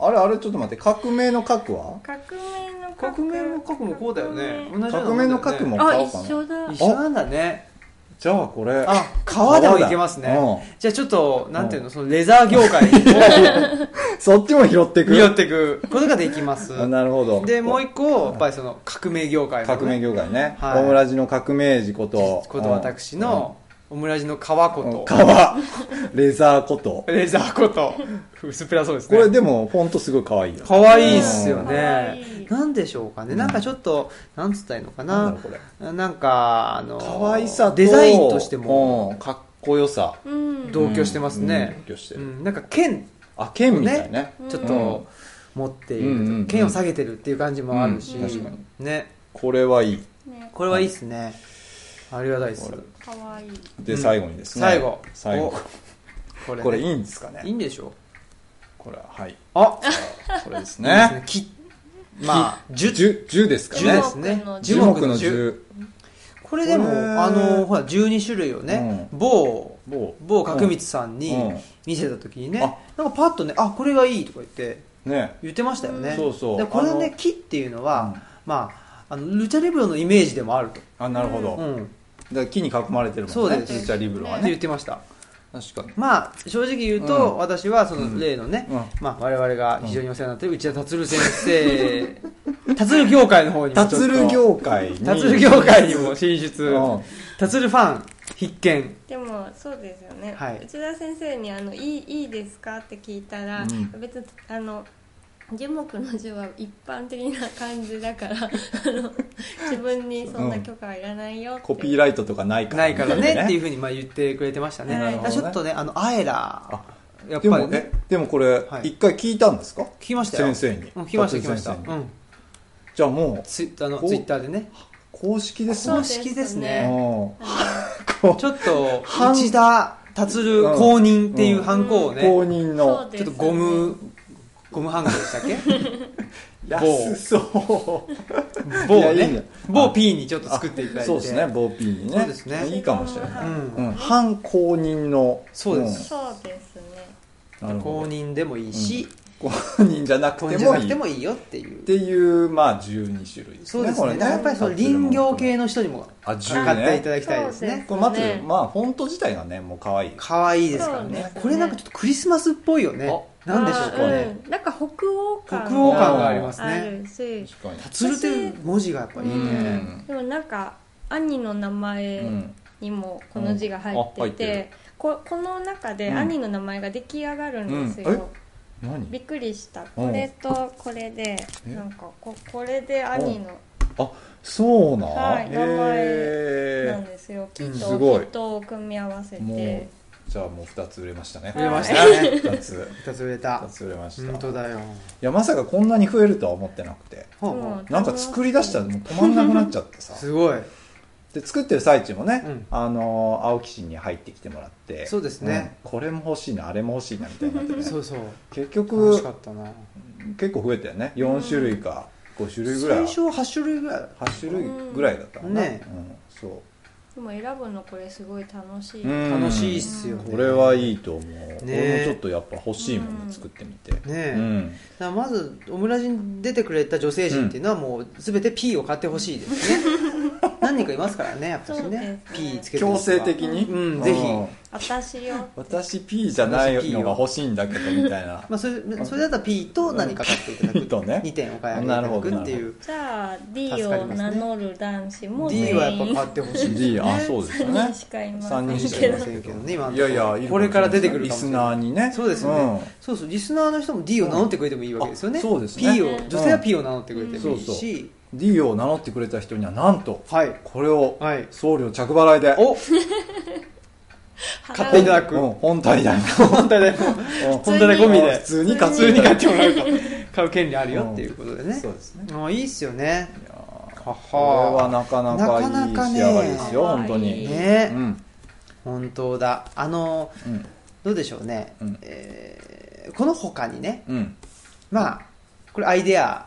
C: うんあれあれちょっと待って革命の核は
B: 革命の
A: 革命も核もこうだよね同じようなもんだよね
C: 革命の核も
B: 革あ
C: 川か
B: 一
C: な
B: 緒だ
A: 一緒なんだね
C: じゃあこれ
A: あ川でもいけますね
C: う
A: じゃあちょっとなんていうのそのレザー業界に
C: んそっちも拾ってく
A: 寄っていくことができます
C: あなるほど
A: でもう一個やっぱりその革命業界のね
C: 革命業界ね
A: はい
C: オムラジの革命児こと
A: こと私のオムラジの川こ
C: うんうん
A: と
C: 川レザーこと
A: レザーこと薄っぺらそうです
C: こ
A: ね
C: れでもフォントすごい可愛いよ
A: 可愛いっすよ
B: うん可愛
A: ね
B: い
A: なんでしょうかねなんかちょっとなんつったらいいのか
C: なん
A: な
C: だろうこれ
A: なんかあの
C: 可愛さと
A: デザインとしても
C: うんかっこよさ
B: うん
A: 同居してますね
C: うん同居して
A: う
C: る
A: んなんか剣
C: あ剣みたいね
A: ちょっ
C: うん
A: と持ってい
C: うんうんう
A: る
C: ん
A: 剣を下げてるっていう感じもあるし
C: うん確かに
A: ね
C: これはいい
B: ね
A: これはいいっすねありがたいっす
C: これ
B: 可愛い
C: で、
A: うん
C: 最後にですね
A: 最後
C: 最後
A: これね
C: これいいんですか
A: いい
C: ね
A: んでしょう
C: これははい
A: あ
C: これです
A: ね
C: ね
A: 木まあ
C: 十十十ですか
A: 樹で
C: ね
A: すね
B: 樹
C: 樹
A: 木
C: 木
A: の
C: の
A: 樹
C: 樹
A: これでも
C: これ
A: あのほら12種類をね
C: う
A: 某
C: 某
A: 某角光さんに
C: うん
A: 見せた時にね
C: あ
A: なんかパッとねあこれがいいとか言って
C: ね
A: 言ってましたよね
C: そうそう
A: でこれ
C: あ
A: ね
C: の
A: 木っていうの
C: うん
A: はまああのルチャリブロのイメージでもあると
C: あなるほ
A: う
C: ど
A: んっ
C: だから木に囲まれてるもんね
A: そうです
C: ルチャリブロは
A: て
C: ね
A: 言ってました
C: 確かに
A: まあ正直言うと
C: うん
A: 私はそうの
C: ん
A: 例のね
C: うん
A: まあ我々が非常にお世話になってる内田達郎先生達郎業界の方にもちょっと
C: タツル業界に
A: タツル業界にも進出
C: うん。
A: タツルファン必見。
B: でもそうですよね、
A: はい
B: 内田先生にあのいい「いいですか?」って聞いたら、
C: うん
B: 別にあの樹木の樹は一般的な感じだからあの自分にそんな許可はいらないよって、
C: コピーライトとかないから
A: ないからねっていう
C: う
A: ふうにまあ言ってくれてましたね
B: な
A: だ
B: るほ
A: か
B: ど
A: ら
B: ね
A: ちょっとねあのアエラーやっ
C: で
A: ぱり
C: も
A: ね
C: えでもこれ
A: はい
C: 一回聞いたんですか
A: 聞きましたよ
C: 先生に
A: うん聞きました聞き
C: 服部
A: ました
C: 先
A: う
C: 生に
A: ん
C: じゃあもう
A: ツイあの
C: こう
A: ツイッターでね
C: 公式です
B: そう
A: 公
C: ね
A: 式です
C: あ
A: ね
C: ー
A: ちょっと
C: 半
A: 内田達公認っていうハンコをね
C: 公認
B: そう
C: の
B: で
A: ち
B: す
A: ょっとゴムゴムハンコでしたっけ
C: 安そうい
A: 某
C: やいい
A: ね
C: ね
A: 某 P にちょっと作っていただいて
C: そうですねボーピーにね
A: そうですね
C: いいかもしれ
A: う
C: ない、うんん、反公認の
A: そうです
B: そうですね
C: うんなる
A: 公
C: ほど
A: 認でもいいし
C: 公認じゃな
A: 公認
C: くて
A: じゃ
C: も
A: ないく
C: い
A: て
C: っ
A: もいいよっていう
C: ていうまあ12種類ですね
A: そうです
C: こ
A: ね
C: れ
A: だからやっぱりその林業系の人にも
C: あ10
A: 買っていた
C: ね
A: だきたいです
B: そうで
A: ね
B: す
C: これまず、
B: ね
C: まあフォント自体がねもう可愛い
A: 可愛いですからね
B: そうですね
A: これなんかちょっとクリスマスっぽいよね
C: あ
A: なんでしょう
B: あ
A: かね、
B: うん、なんか北欧感
A: 北欧
C: 感があり
A: ますね
B: あるし
C: 確かに
A: 「達る」という文字がやっぱいいね、
C: うん
B: でもなんか兄の名前
C: うん
B: にもこの字が入ってて,、
C: うんあ入ってる
B: ここの中で
C: うん
B: 兄の名前が出来上がるんですよ、
C: うん何
B: びっくりしたこれとこれで
C: え
B: なんかここれで兄の
C: あそうなん、
B: はい名前なん
C: へ
B: ですよ、
A: うん
B: 木
C: すご
B: と
C: い
B: 木とを組み合わせ
C: えも
B: て
C: うじゃあもう2つ売れましたね
A: 売れましたね
C: 2つ
A: 2つ売れ
C: 2
A: た
C: つ売れました
A: 本当だよ
C: いやまさかこんなに増えるとは思ってなくて
A: ほう
B: う
A: ほ
B: ん
A: う
C: なんか作り出したらもう止まんなくなっちゃって さ
A: すごい
C: で作ってる最中もね、
A: うん
C: あのー青木氏に入ってきてもらって
A: そうですね
C: うんこれも欲しいなあれも欲しいなみたいになってね
A: そうそう
C: 結
A: 楽し
C: 局
A: かったな
C: 結構増えたよね4種類か5種類ぐら
A: 最
C: い
A: 初は8種類ぐらい
C: 8種類ぐらいだったかな、
A: ね
C: うん、そ
B: でも選ぶのこれすごい楽しい、
C: ううん
A: 楽しいっすよね
C: これはいいいと思う、俺もちょっとやっぱ欲しいもの作ってみて、
A: ね
C: うん、
A: だからまずオムラジに出てくれた女性陣っていうのはもう全て P を買ってほしいですね 何人かいますからねやっぱし
B: そうですね
A: ね P つけてる人
C: 強
A: は
C: 制的に、
A: うんぜひ
C: うん
B: 私よ
C: 私 P じゃないのが欲しいんだけどみたいな
A: まあ、それそれだったら P と何か買っていただく、
C: P とね
A: 2点お買い上げいただくっていう
B: じゃあ D
A: 助かり
B: を
A: ますね
B: 名乗る男子も
A: D はやっぱ買ってほしいですね
C: D あそうですよね
B: 3人しかいませ
C: 三
B: ん
C: 人
B: け
C: し
B: ど
C: か
A: ませんけどね今の
C: い
A: とこ
C: や
A: ろ
C: いや
A: これから出てくる
C: リ
A: かもし
C: ス
A: れない
C: ナーにね
A: そうですよね、そうそうリスナーの人も D を名乗ってくれてもいいわけですよね、
C: うんあそうですね
A: P を
B: うん
A: 女性は P を名乗ってくれてもいい
C: そうそ
A: し、
C: うん D を名乗ってくれた人にはなんと
A: はい
C: これを
A: はい
C: 送料着払いで、
A: お買っていただく
C: うん本体 代
A: 本体でも
C: も
A: 本体で込みで
C: 普通に買
A: 普
C: っ
A: 通
C: てい
A: に
C: た
A: 買
C: だ
A: っ
C: く
A: てもらうか買う権利あるよっていうことでね、
C: そうですね
A: あいいっすよね
C: いやー
A: は
C: これは
A: は
C: なかなかいい仕上がりですよ
B: な
C: 本
B: かな
C: 当
B: かね
C: にう
A: ね、
C: ん
A: 本当だあの
C: うん
A: どうでしょうね、
C: うん
A: えーこの他にね
C: うん
A: まあこれアイデア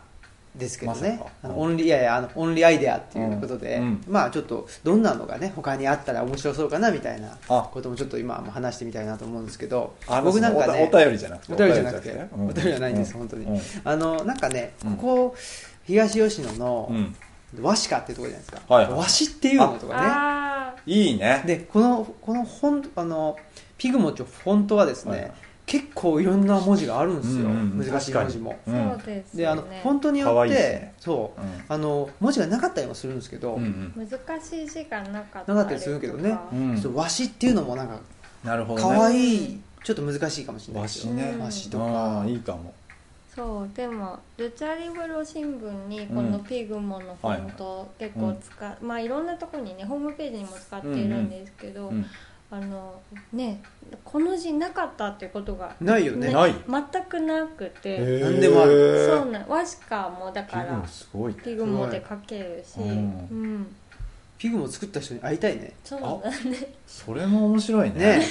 A: ですけどね、
C: まさか
A: あのオンリーいやいやあのオンリーアイデアっていうことで、
C: うんうん
A: まあちょっとどんなのがね他にあったら面白そうかなみたいな
C: あ
A: こともちょっと今も話してみたいなと思うんですけど
C: あ
A: 僕なんか
C: お
A: ね
C: お便りじゃなくて
A: お便りじゃなくて
C: うん
A: お便りはないんです
C: う
A: 本当に
C: うん
A: あのなんかね
C: うん
A: ここ東吉野の
C: うん
A: 和紙かっていうところじゃないですか、
C: はいはい
A: 和紙っていうのとか
B: あ
C: いいね
A: ねでこのこの本あのピグモチョフォントはですね、
C: はいはい
A: 結構いろんな文字があるんですよ、
C: うんうん
A: 難しい文字も。
B: あ
C: うん
B: そうです
A: であ
B: よ
A: の
B: ね
A: フォントによ
C: 可
A: っ
C: 愛い
A: て
C: ですね
A: そう
C: うん
A: あの文字がなかったりもするんですけど、
C: うんうん
B: 難しい字がなかった
A: なかったりするけどね
B: りとか
C: うん
A: ちょっと和紙っていうのもなんか
C: なるほどね
A: 可愛い、ちょっと難しいかもしれない
C: わ
A: です
C: し
A: よ
C: ね
B: うん
A: 和紙と
C: あ
A: か
C: あいいかも
B: そうでもルチャリブロ新聞にこのピグモのフォント結構使う、まあいろんなところにねホームページにも使っているんですけど、
C: うん
B: あのねこの字なかったっていうことが、
A: ないよね
B: ね、
C: ない
B: 全くなくて
A: 何でもある
C: へー
B: そうなん和紙かもだか
C: ピグ
B: ら
C: モすごいね
B: ピグモで書けるし、
C: う
B: うんん
A: ピグも作った人に会いたいね
B: そうなんだね
C: それも面白いね
A: ね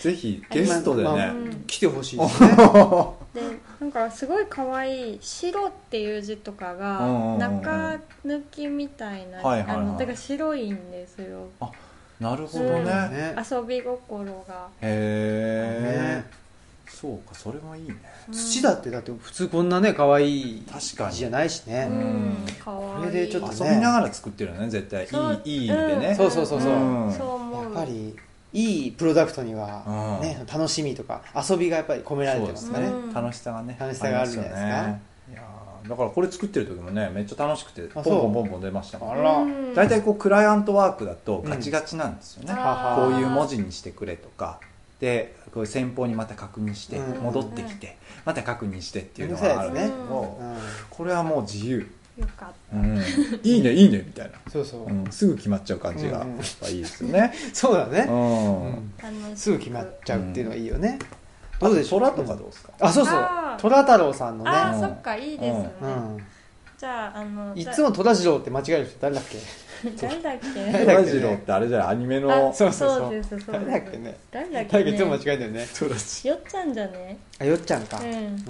C: ぜひ ゲストで
A: まあまあ
C: ね
B: うん
A: 来てほしい ですね
B: でなんかすごい可愛い白っていう字とかが
C: うんうんうんうん
B: 中抜きみたいな、
C: はいはいはい
B: あのだから白いんですよ
C: なるほど
B: うん
C: ね
A: ね
B: 遊び心が、
C: へえ
A: ね
C: そうかそれもいいね
B: うん
A: 土だってだって普通こんなね可愛い
C: 確かに
A: 字じゃないし
B: う
A: ね、
B: ん可愛い
A: これでちょっと
C: 遊びながら作ってるよね絶対
B: そう
C: いいいい意味でね
B: ん
A: そうそうそうそうん
C: うん
B: そう思う
A: やっぱりいいプロダクトには、
C: うん
A: ね、楽しみとか遊びがやっぱり込められてます
C: そう
A: か
C: で
A: ら
C: す
A: ね
B: う
C: ね
B: ん
C: 楽しさがね
A: 楽しさがあるんじゃないですか
C: ありますよねいやーだからこれ作ってる時もねめっちゃ楽しくてポ
A: あ
C: ン
A: そう
C: ポンポンポン出ました
A: あ
C: から
A: ら
B: うん
C: 大体こうクライアントワークだとガチガチなんですよね
B: うん
A: あー
C: こういう文字にしてくれとか
D: でこう先方にまた確認して
A: うん
D: 戻ってきてまた確認してっていうの
A: めんど
D: があ
A: く
D: る
A: さ
D: ん
A: い
D: で
A: ですす
D: け
A: ね
D: ど
A: うん
D: これはもう自由、
B: よかっ
D: うん、いいねいいねみたいな、
A: そうそう、
D: うん、すぐ決まっちゃう感じがやっ
A: うん
D: ぱいいですよね、
A: そうだ
D: う
A: ね、
D: ん
A: うん
B: た楽しく
A: すぐ決まっちゃうっていうのはいいよね、どうでしょう
D: 虎とかどうですか、
A: あそうそう
B: あー
A: 虎太郎さんのね
B: ああそっかいいですね、
A: うん
B: じゃああの
A: い
B: じゃあ
A: つも虎次郎って間違える人誰だっけ
B: 誰だっ
A: 誰
B: け
A: だっ
D: 虎
A: け
D: 次郎ってあれじゃないアニメ
B: あ
D: の
A: そうそうそう
B: ですそうです
A: 誰だっけね
B: 誰だっけ
A: 誰だっけ
B: ね
A: いつも間違えてるね
D: 虎次
B: よっちゃんじゃね
A: あよっちゃんか、
B: う
A: う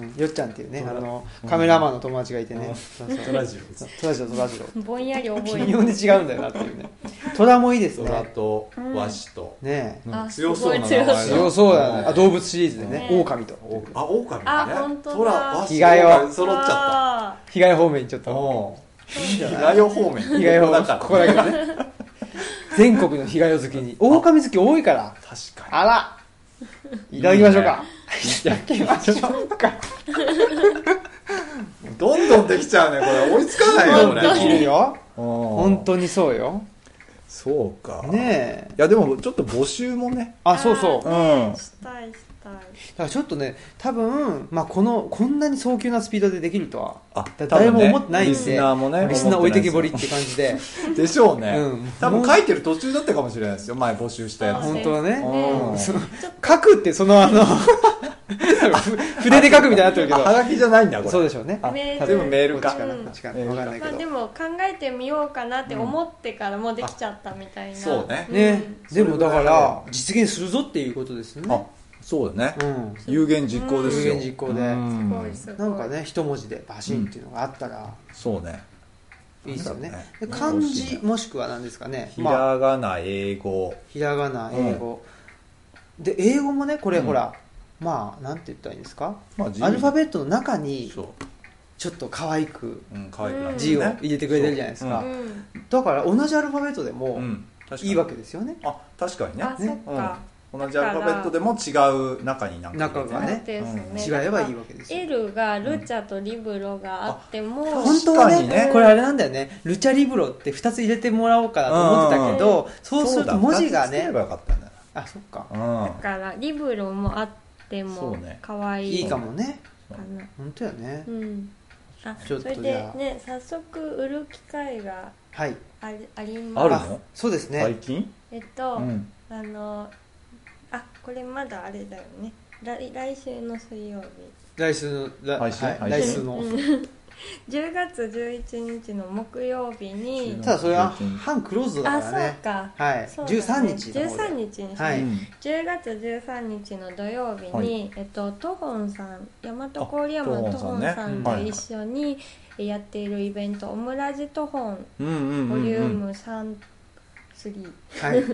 A: んよっちゃんっていうね
D: 虎
A: あのカメラマンの友達がいてね、
D: うん
A: そうそう
D: 虎次郎です
A: 虎次郎虎次郎
B: んぼんやり覚え
A: 微妙に違うんだよなっていうね虎もいいです
C: 虎
A: ね
C: と和紙と、
A: ねえ
D: なん
B: あ
D: か
B: すご
D: 強そう
B: い
D: な名前
B: 強
D: だ
A: 強そうだねあ動物シリーズでね
B: ね
A: 狼と
C: あオオカミ
B: あ
C: だね
B: 本当だ
C: 虎和
A: 着替えは
C: オオカミ揃っちゃっ
B: ゃ
A: 被害方面にちょったと
C: お平予方面
A: 被害
C: こ
A: 方
C: こだ
A: 面
C: から
A: ここだけどね 全国の被害を好きに狼好き多いから
C: 確か
A: あらいただきましょうかいただきましょうか
C: にどんどんできちゃうねこれ追いつかないよこ
A: できる
C: れ
A: よ本
D: 本
A: 当にそうよ
D: そうか
A: ねえ
D: いやでもちょっと募集もね
A: あそうそう
D: う
A: だか
D: ん
B: あしたいしたい
A: らちょっとね多分、まあ、このこんなに早急なスピードでできるとは
D: あ
A: だ誰も思ってないんで、
D: リスナーもね
A: リスナー置いてけぼりっ
D: 思って
A: 感じ で
D: てないですよでしょうね
A: うん
D: 多分書いてる途中だったかもしれないですよ前募集したや
B: あ
D: つ
A: 本当はね
D: うん
A: そう書くってその あのふ筆で書くみたいになってるけ
D: あは
A: ど
D: がきじゃないんだこれ
A: そうでしょうね
D: あ
B: メー
A: ル
D: 全部メール
A: こっ
D: か
A: ちかな
B: うん
A: こっちかな
D: メール
A: 分
D: か
A: かんない
B: ま
A: け
B: あ
A: ど
B: でも考えてみようかなって思ってからもうできちゃったみたいな、
C: そうね
B: ん
A: ねでもだか
D: それぐら
A: ら実現するぞっていうことですよ
D: あ
A: ね
D: そうだね
A: うん
D: 有言実行ですよ
A: 有言実行で
D: うん
B: すごいすごい
A: なんかね一文字でバシンっていうのがあったら
D: そうね
A: いいですよ
D: な
A: ね
D: んだろうね
A: で漢字もしくは何ですかね
D: ひ
A: まあ
D: らがな英語
A: ひらがな英語で英語もねこれほらまあなんて言ったらいいんですか
D: まあ自由
A: アル
D: に
A: ファベットの中に
D: そ
A: ちょっと可愛く
D: ううん可愛くなって
A: 字を
D: ね
A: 入れてくれてるじゃないです
D: う
A: か
D: ん
B: うん
A: だから同じアルファベットでも
D: うん確かに
A: いいわけですよね
D: あ確かにね
B: あ、そっか、
D: 同じアルファベットでも違う中になんか入れて
A: 中がね
B: そうですね
A: 違えばいいわけですよ
B: L がルチャとリブロがあっても、
D: あ
A: 本当はね
D: 確かにね
A: これあれなんだよねルチャリブロって2つ入れてもらおうかなと思ってたけどそうすると文字が
D: そうだ二つ作れ
A: ね
D: ばよかったんだ
A: あそっか
D: な
B: だからリブロもあって
D: そう
B: も
D: ね
B: 可愛い
A: いいかもね
B: かな
A: 本当やね
B: うんあ
A: ちょっ
B: そ
A: と
B: れ
A: じゃ
B: で
A: あ
B: ね早速売る機会が
A: はい
B: ありあり
D: あ
B: ま
D: るの
B: す
A: そうです
D: うん最
A: ね
D: 近
B: えっと、
D: うん
B: あのあこれまだあれだよね来来週の水曜日
A: 来週のらは
D: 配
A: い
D: 信配
A: 来
D: 信
A: 週の
B: 10月11日の木曜日に
A: ただそれは半クローズだか
B: あそう
A: らね
B: か
A: はい
B: そうだ
A: 13
B: ね
A: 日の方で
B: 13日にし
A: はい
D: うん
B: 10月13日の土曜日に、
D: はい
B: えっと、トホンさん大和郡山の
D: あ
B: ト
D: トホ
B: ホ
D: ン
B: ン
D: さ
B: さ
D: んね
B: ん
D: はい
B: と一緒にやっているイベント「オムラジトホン
D: うんうん
B: ボ
D: うん
B: リュー
D: うん
B: ム33」
A: はい
B: っ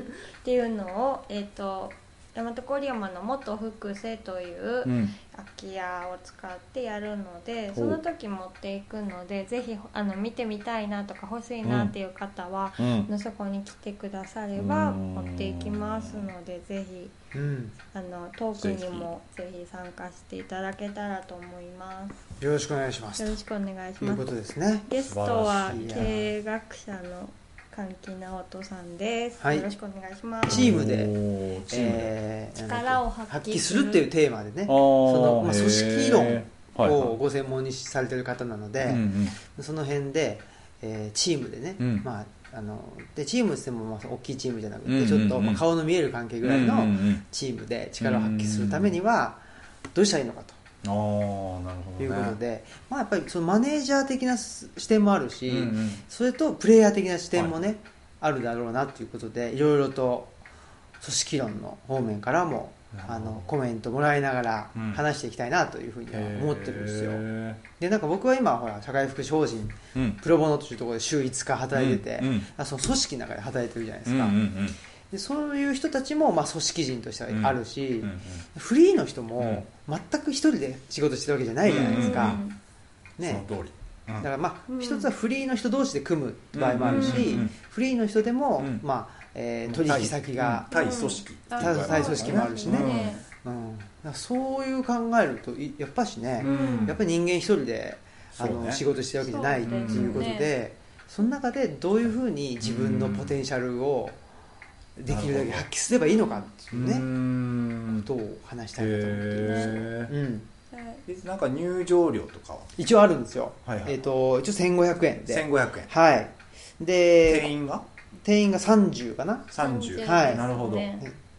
B: ていうのを、えっと、大和郡山の元福生という
D: うん
B: 空き家を使ってやるので
D: ほ
B: そうの時持っていくのでぜひあの見てみたいなとか欲しいなっていう方は、
D: うん
B: あのそこに来てくだされば
D: うん
B: 持っていきますのでぜひ。
A: うん
B: あのトークにもぜひ参加していただけたらと思いま。
A: よろしくお願いしますす
B: よろしくお願いし
A: という
B: ま
A: こ
B: す。
A: とですね
B: ゲストは
D: 素晴らしい
B: 経営学者の関木直人さんです。
A: はい
B: よろしくお願いします。
A: チームで
D: おーチームで
A: えー
B: 力を発揮
A: 発揮するっていうテーマでね
D: あ
A: そ
D: ー
A: の、まあ、
D: へー
A: 組織論
D: はいはい
A: をご専門にされてる方なので、
D: うんうん
A: その辺で、えーチームでね、
D: うん
A: まあ、あのでチームっつってもまあ大きいチームじゃなくて、
D: うんうんうん
A: ちょっと、まあ、顔の見える関係ぐらい
D: うんうん
A: の
D: うん
A: チームで力を発揮するためにはどうしたらいいのか
D: あーなるほどね
A: ということで、まあ、やっぱりそのマネージャー的なす視点もあるし、
D: うんうん
A: それとプレイヤー的な視点もね、あるだろうなということでいろいろと組織論の方面からも
D: なるほど
A: あのコメントもらいながら
D: うん
A: 話していきたいなというふうには思ってるんですよ。
D: へ
A: でなんか僕は今ほら社会福祉法人
D: ーうん
A: プロボノというところで週5日働いてて、
D: うんうん
A: あその組織の中で働いてるじゃない
D: う
A: です
D: ん
A: か、
D: うんうん
A: でそういう人たちもまあ組織人としてはあるし、
D: うんうん
A: フリーの人も全く一人で仕事してるわけじゃないじゃないですか、
B: うん
A: ね、
D: その通りうん
A: だからまあ
B: うん
A: 一つはフリーの人同士で組む場合もあるし、
B: うん
D: うん
A: フリーの人でも、
D: うん
A: まあえー取引先が、
D: 対組織っていう
A: 対対組織もあるしね
B: ね
A: うんだからそういう考えるといやっぱしね、
D: うん
A: やっぱり人間一人であ
D: そう
A: の、
D: ね
A: 仕事してるわけじゃないっていうこと
B: そう
A: で
B: です
A: その中でどういうふうに自分のポテンシャルをできるだけ発揮すればいいのかっていう
C: うー
A: ね
C: ん
A: ことを話したいなと思っています、
C: へえ
A: うん、
C: えなんか入場料とかは
A: 一応あるんですよ、
C: はいはい
A: えっ、と一応1500円で
C: 1500円
A: はいで
C: 定員が
A: 定員が30かな
C: 30
A: はい
C: なるほど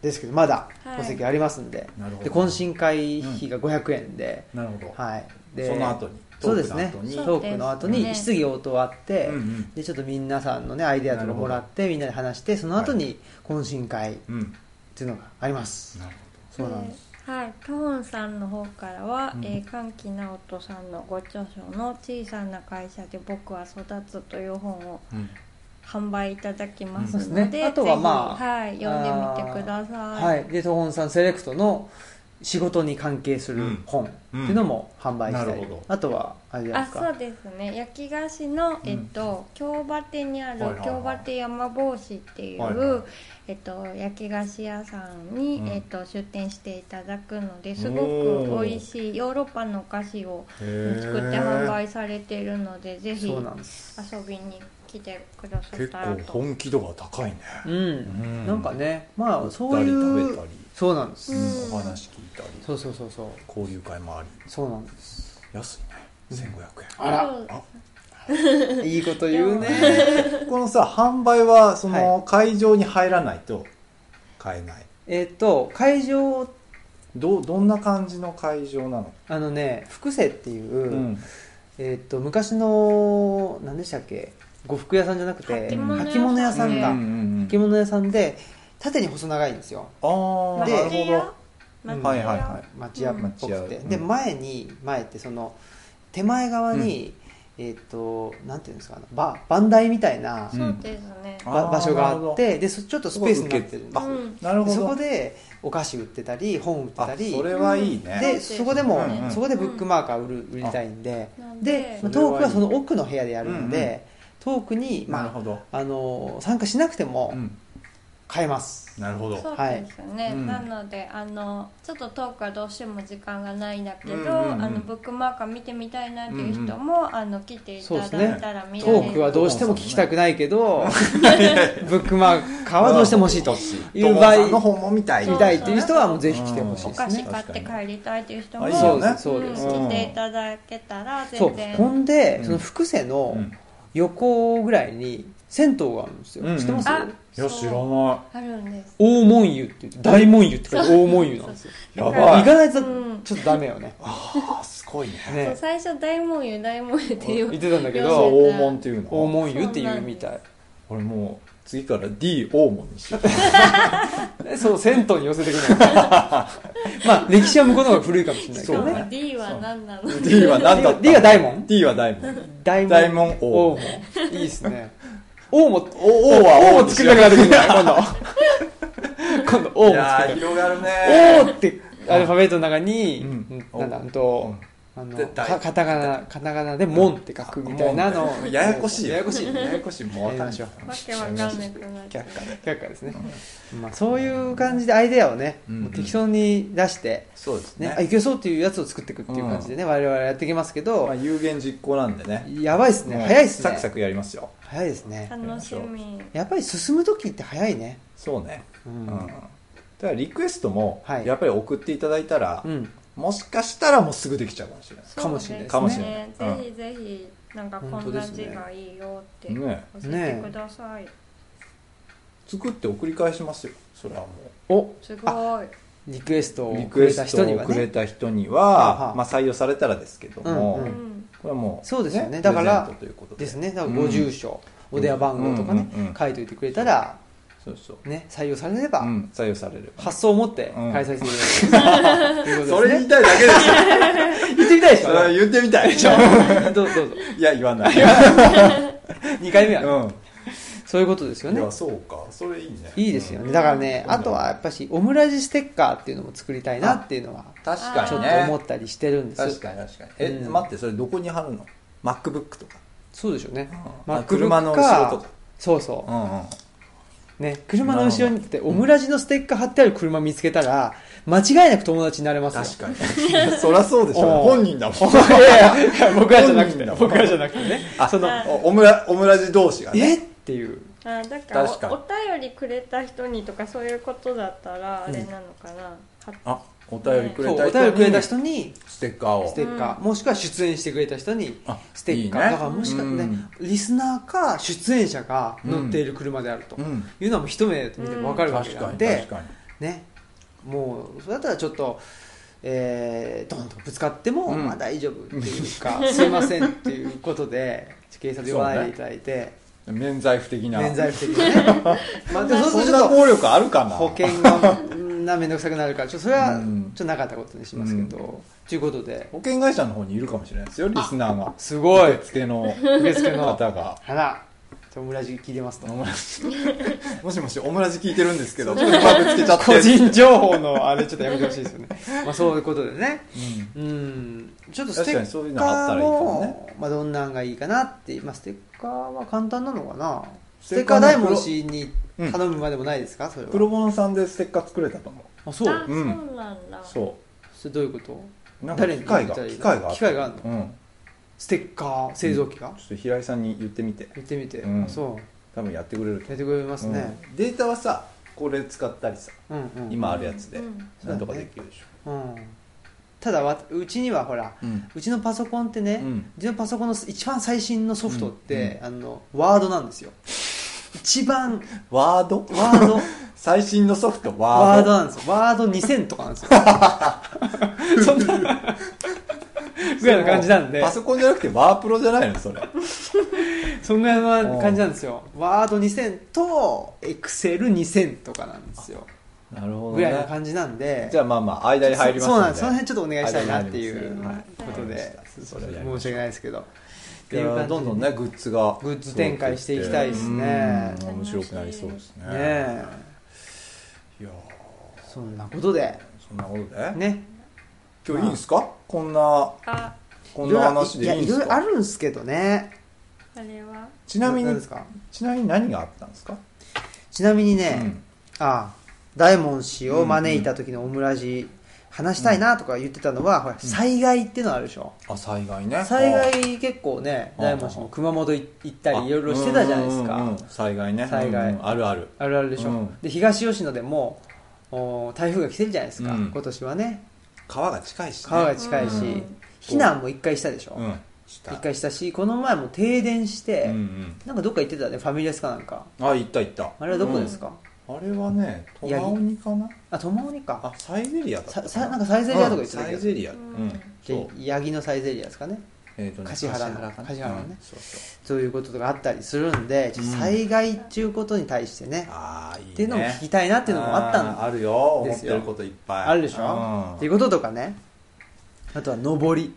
A: ですけどまだ
B: はい
A: お席ありますんで,、
C: なるほど
A: で懇親会費が500円で、
C: なるほど
A: はいで
C: その後に
A: そうですね
C: トークの後に
B: そう
A: トークの後
B: ね
A: に質疑応答あって、
C: うんうん
A: でちょっと皆さんのねアイデアとかもらってみんなで話してその後に懇親会っ
C: うん
A: ていうのがあります、
C: なる
A: そうなんです、
B: はい、トホンさんの方からは、
C: うん
B: えー歓喜直人さんのご著書の「小さな会社で僕は育つ」という本を
C: ほど
B: 販売いただきます
A: うんそう
B: の
A: で
B: で,、
A: すねあとはまあ
B: ぜひはい、読んでみてください、
A: はいで東本さんセレクトの仕事に関係する本っていうのも販売したり、
C: うんなるほど
A: あとはあれじゃない
B: あ
A: です
B: そ
A: か
B: うですね焼き菓子の、えっと、京バテにある
C: はいはいはい
B: 京バテ山帽子っていう、
C: はいはい
B: えっと、焼き菓子屋さんに、
C: うん
B: えっと、出店していただくのですご
C: お
B: く
C: ー
B: 美味しいヨーロッパのお菓子を
C: へー
B: 作って販売されているのでぜひ
A: そうなん
B: 遊
A: です
B: びに来てくださっ
C: 結
B: たら
C: 構
B: と。
C: 本気度が高いね
A: うん、
C: ん
A: なんかねまあそういう
C: 行ったり食べたり
A: そうなんです、
B: うん
C: お話聞いたり
A: そうそうそうそう
C: 交流会もあり
A: そうなんです
C: 安いね1500円
A: あら
B: そう
A: いいこと言う ね
C: このさ販売はそ
A: は
C: の会場に入らないと買えない
A: えっと会場
C: どうどんな感じの会場なの
A: あのね福生っていう、えっと昔の何でしたっけ呉服屋さんじゃなくて
B: 履物屋さ
A: 履物屋さ
B: ん
A: んが、
B: うん
A: 履物屋さんで縦に細長いんですよ
C: ああ
A: で
C: なるほど
A: うん
C: はいはいは
A: 町屋っぽくて、
C: うん
A: で
C: うん
A: 前に前ってその手前側に、えっとなんていうんですかねバ番台みたいな、
C: うん
B: そうですね、
C: あ
A: ば
C: ー
A: 場所が
C: なる
A: あっ
C: ほど
A: てでそちょっとスペースになってるんです
C: あ
B: うん
C: いな
A: で
C: るほ
A: そこ
C: ど
A: でお菓子売ってたり本売ってた
C: あ
A: り
C: それはいい
A: で
C: ね
A: そこでも、
C: うんうん
A: そこでブックマーカー売る売りたいんで
B: なん
A: で
B: で
A: まあ
C: それはいい
A: トークはその奥の部屋でやるの
C: うんうん
A: で、トークに、
C: なる
A: ま
C: ほど
A: あ、あの参加しなくても
C: うん
A: 買えます、
C: なるほ
B: そう
C: ど
B: ですね、
C: はいうん
B: なのであのちょっとトークはどうしても時間がないんだけど、
C: うんうんうん
B: あのブックマーカー見てみたいなっていう人も、あの来ていた
A: そうで
B: だい
A: す
B: たら見られる
A: トークはどうしても聞きたくないけ ど、ブックマーカーはどうしても欲しい という場
C: の
A: 合
C: 本も見たい
A: 見たいっていう人はもうぜひ来てほしい
B: お
A: です
B: 菓子
A: ね。
B: 買って帰りたいっていう人も
C: あいい
A: そ
C: よ
A: う
C: ね
A: ですそう
B: うん
A: です。
C: うん
B: 来ていただけたら
A: そ
B: 全
A: う
B: 然
A: ほん
C: う
A: で
C: ん
A: その福生の
C: うん
A: 横ぐらいに銭湯があるんです
C: うんう
A: よ。
C: ん
A: 知ってます？
B: あ
C: いや知らな
B: あるんです
A: 大門湯って言って大門湯って書いて大門湯なんですよ。
C: いや
A: だから
C: ば
A: 行
C: い
A: かないと
B: うん
A: ちょっとダメよね。
C: ああすごいね
B: そう
A: ね。
B: 最初大門湯大門湯って言
A: 言
B: う
A: ってたんだけ
C: そう
A: ど、
C: 黄門っていう
A: 大
C: の
A: 門湯っていうみたい。
C: 俺もう次から D 黄門にしよう
A: えそう銭湯に寄せてくるの。まあ歴史は向こうの方が古いかもしれないけ
C: そ
A: ど
C: うね
A: ね。
B: しかも D は何なの
C: D は何だった
A: D が大門
C: D は大門
A: 大
C: 大門
A: 王
C: 王
A: もいいですね王も
C: お王は
A: 王を作んなくなってくるんだ今度 今度王
C: い
A: も
C: や
A: 作
C: ー
A: る
C: 広がるね
A: 王ってアルファベットの中に、
C: うん
A: なんだあと、あの
C: 絶対
A: かカタカナカタカナで「門」って書くみたいなの
C: もうややこしい
A: ややこしい
C: ややこしいもう分かんない
A: や
B: わけわかんなくなっちゃう
A: 却下ですね、まあ、そういう感じでアイデアをね、
C: うん
A: もう適当に出して、
C: そうです
A: ね
C: ね
A: あいけそうっていうやつを作っていくっていう感じでね、我々はやっていきますけど、
C: まあ有言実行なんでね
A: やばいですね早いですね
C: サクサクやりますよ
A: 早いですね
B: 楽しみ
A: やっぱり進む時って早いね
C: そうね
A: う、
C: うんんだからリクエストも
A: はい
C: やっぱり送っていただいたら
A: うん
C: もしかしたらもうすぐできちゃうかもしれない
A: かもしれないですね
B: そ
C: か
B: う
C: も
B: で
C: し
B: す
C: れない
B: ねぜひぜひなんかこんな字がいいよって教
C: ね
B: えてください、
C: 作って送り返しますよそれはも
A: お
B: すごい
A: リクエスト
C: う
A: を
C: リ
A: く
C: クエ
A: れた
C: ス
A: 人
C: ト
A: に
C: を
A: は
C: くれ
A: ね
C: た人に
A: は
C: は
A: は
C: まあ採用されたらですけど
A: う
C: も
A: ん
B: う
A: うん
B: ん
C: これはもう
A: そうですよねだから
C: プレゼントということで
A: ですねだからご住所、
C: うん
A: お電話番号とかね、
C: うんうんうん
A: 書いといてくれたら、
C: そうそう
A: ね、採用されれば、
C: うん採用される
A: 発想を持って
C: うん
A: 開催していた だきますということですね
C: たいだけでしょ
A: 言ってみたいです
C: そ
A: か
C: れは言ってみたいでしょ
A: どうぞどうぞ
C: いや言わ ない
A: 2回目は、
C: うん
A: そういうことですよ
C: い
A: ね
C: やそうかそれいいね
A: いいですよね、
C: うん
A: だからね
C: うん
A: あとはやっぱしオムラジステッカーっていうのも作りたいなっていうのは
C: 確か
A: ちょ
C: に
A: っと
C: ね
A: 思ったりしてるんです
C: 確かに確かにえ、
A: うん
C: 待ってそれどこに貼るの MacBook とか
A: そうでしょうね、
C: うん
A: MacBook
C: 車の後ろとか
A: そうそう、
C: んうん
A: ね、車の後ろにってオムラジのステッカー貼ってある車見つけたら間違いなく友達になれますよ
C: 確かにそりゃそうでしょ
A: おう
C: 本人だもん
A: いやいやいや僕らじゃなくて
C: 本人だ
A: 僕らじゃなくてね
C: あ
A: その
C: そのオムラオムラジ同士が
A: え
C: ね
A: っていう
B: あだから
C: 確かに
B: おお便りくれた人にとかそういうことだったらあれなのかな、は
C: あお便りく
A: そう
C: れ
A: お
C: た
A: 便り
C: 人
A: くれた
C: に
A: 人に
C: ステッカーを
A: ステッカー、もしくは出演してくれた人に
C: あ
A: ステッカー
C: いいね
A: だからもしかしてね、
C: うん
A: リスナーか出演者が乗っている車であると、
C: うん
A: いうのはもう一目で見て分かるわけ
C: 確
A: であ
C: か
A: っ
C: に
A: て
C: 確、かに
A: ね、もうそれだったらちょっと、えー、ドンとぶつかっても、
C: うん
A: まあ大丈夫っていうかすいませんっていうことで警察呼ばないでいただいて、
C: 免罪符的な
A: 免罪符的なねまあでもそ
C: そ
A: うんするとち
C: な
A: ょっと
C: 暴力あるかな
A: 保険がうんな面倒くさくなるからちょっとそれはちょ
C: うん
A: っとなかったことにしますけど、ということで
C: 保険会社の方にいるかもしれないですよリスナーが
A: すごい
C: 受付の
A: 受付の
C: 方が
A: あらじゃあオムラジ聞いてますと
C: オムラジ もしもしオムラジ聞いてるんですけどちょっとうまくつけちゃって
A: 個人情報のあれちょっとやめてほしいですよねまあそういうことでね
C: うん
A: うんちょっとス
C: 確
A: テ
C: かにそうい
A: ッ
C: うのあっ
A: カー
C: たらいいかも
A: も、
C: ね
A: まあ、どんなんがいいかなって、まあ、ステッカーは簡単なのかなス
C: ス
A: テ
C: テ
A: ッ
C: ッ
A: カ
C: カ
A: ー
C: ー
A: 代
C: のプ
A: も
C: ロ
A: しに
C: うん
A: 頼むまでもないですかそれは
C: プロボンさんでステッカー作れたと思
A: あそう
B: あ、
C: うん
B: そうなんだ
C: うそ
A: それどういうこと
C: うなんか機械が
A: 誰に
C: 機械があった
A: 機械があんの
C: うん
A: ステッカー製造機が、
C: ちょっと平井さんに言ってみて
A: 言ってみて、
C: うん
A: あそ
C: 多分やってくれる
A: う
C: と
A: やってくれますね、
C: うんデータはさこれ使ったりさ
A: うん、うん
C: 今あるやつで
B: うん
C: なんとかできるでしょ
A: うんただわうちにはほら
C: うん
A: うちのパソコンってね、う
C: うん
A: ちのパソコンの一番最新のソフトって、あのワードなんですよ一番
C: ワード
A: ワード
C: 最新のソフト
A: ワ
C: ワ
A: ー
C: ー
A: ド
C: ド
A: なんですよワード2000とかなんですよそんなぐらいの感じなんで
C: パソコンじゃなくてワープロじゃないのそれ
A: そんぐらいの感じなんですよワード2000とエクセル2000とかなんですよ
C: なるほ
A: ぐらいの感じなんで
C: じゃあまあまあ間に入ります
A: そう
C: の
A: なん
C: で
A: ですその辺ちょっとお願いしたいなってい
C: 間
A: う
C: に入ります
A: こと
C: はい
A: で
C: それ
A: 申
C: はや
A: し
C: りまし
A: 訳
C: ょう
A: ないですけどって
C: い
A: いう感
C: や
A: じで
C: どんどんねグッズが
A: グッズ展開していきたいですね
C: うん面白くなりそうですね
A: ねえ
C: いやー
A: そんなことで
C: そんなことで、
A: ね
C: 今日いいんすかこんな
B: あ
C: こんな話でいい
A: い
C: ん
A: ろ
C: す
A: いろあ
C: か
A: るんですけどね
B: あれは
C: ちなみに
A: んですか
C: ちなみに何があったんですか、
A: ちなみに
C: う
A: ね
C: ん
A: ああ大門氏を招いた時のオムラジ話したいなとか言ってたのはほら災害っていうのあるでしょ
C: あ災害ね
A: 災害結構ね
C: ああ
A: 大門氏も熊本行った
C: あ
A: りいろいろしてたじゃないです
C: うんうんう
A: か
C: ん災害ね
A: 災害
C: うんうんあるある
A: あるあるでしょ、
C: うん
A: で東吉野でもお台風が来てるじゃないですか、
C: うん
A: 今年はね
C: 川が近いし、ね、
A: 川が近いし、
B: うん
A: 避難も一回したでしょ、
C: うん
A: 一回したしこの前も停電して、
C: うん
A: なんかどっか行ってたねファミレスかなんか
C: うんあ行った行った
A: あれはどこです、か、
C: うんあれはねト
A: やり
C: マオニかな
A: あ友鬼か
C: あサイゼリアだった
A: ささなんかサイゼリアとか言ってた
C: サ
A: け
C: イ
A: ど、
C: ゼリアうんそう
A: で八木のサイゼリアですかね
C: えーとね
A: 橿原の
C: かな
A: 橿原のね
C: うんそうそう
A: そういうことがあったりするんでちょっと災害っていうことに対してね、
C: ああいいね
A: っていうのも聞きたいなっていうのもあったん
C: あーあるよ思
A: で
C: っ
A: す
C: て
A: よ
C: ることいっぱい
A: あるでし
C: うん
A: ょっていうこととかねあとは上り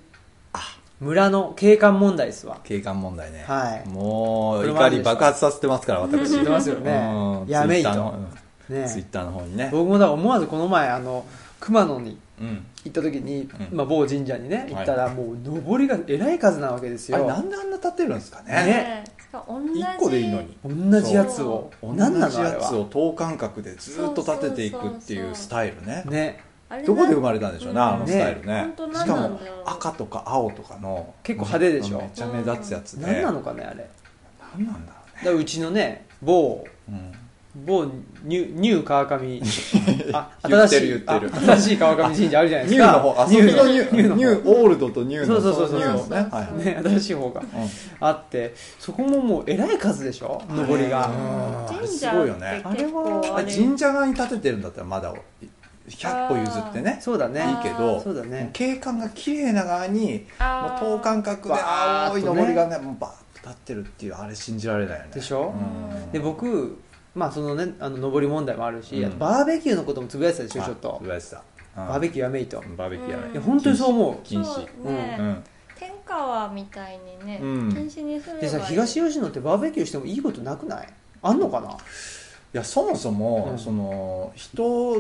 A: 村の景観問題ですわ
C: 景観問題ね
A: はい
C: も
A: こ
C: う
A: れもあ
C: 怒
A: るでし
C: り
A: ょ
C: 爆発させてますから私
A: 知ってますよね
C: うん
A: やめいと
C: Twitter のうん
A: ね
C: Twitter の方にね
A: 僕もだから思わずこの前あの熊野に
C: うん
A: 行った時に、
C: うん
A: まあ、某神社にね
C: い
A: 行ったらもう上りがえらい数なわけです
C: あれ
A: よ、
C: なんであんな立てるんですか
A: ね
C: ね
B: しかも同じ
C: 一個でいいのに
A: 同じやつを
C: 同じ
A: 何なのあれ
C: やつ
A: は
C: を等間隔でずっと立てていくっていうスタイルね
A: ね
B: あれな
C: どこで生まれたんでしょうなあの
A: ね
C: スタイル
B: 本
C: ね
B: 当
C: し
B: 何
C: か
B: なん
C: も
B: だろう
C: 赤とか青とかの
A: 結構派手でしょ
C: めちゃ目立つやつで
A: 何なのかねあれだか
C: 何なんだろ
A: らうちのね某
C: うね
A: 某ニュニュー川 上あ
C: 言
A: 新
C: って
A: し
C: る
A: い
C: 言ってる
A: あ新しい川上神社あるじゃないで
C: ニ
A: す
C: ュー
A: か
C: の方あそこのニュー
A: ニューの方
C: ニューオールドとニュー
A: そ
C: の
A: うそうそうそう
C: のニューのねはい
A: ね、新しい方が
C: うん
A: あってそこももうえらい数でしょ上りが、
C: うんあれ
B: 神
C: す
B: 社
C: ごいよね
B: って結構あれ
C: 神社側に建ててるんだったらまだ100歩譲ってね
A: そうだね
C: いいけど
A: そうだね
C: 景観が綺麗な側にも
B: あ
C: う
B: ー
C: 等間隔で
A: バーッと
C: 青
A: ね
C: いのぼりがねもうバーッと立ってるっていうあれ信じられないよね
A: でしょ
C: うん
A: で僕まあそのねあの上り問題もあるし、
C: うん
A: あとバーベキューのこともつぶやいてたでしょ
C: あ
A: ちょっと
C: 言われてたうん
A: バーベキューやめいと、
C: バーベキューやめ
A: いや本当にそう思
C: 禁止
B: そうね、
C: うん
B: 天川みたいにね、
C: うん
B: 禁止にすれ
A: う
B: ば
A: でさ
B: いい
A: 東吉野ってバーベキューしてもいいことなくないあんのかない
C: やそもそも、
A: うん
C: その人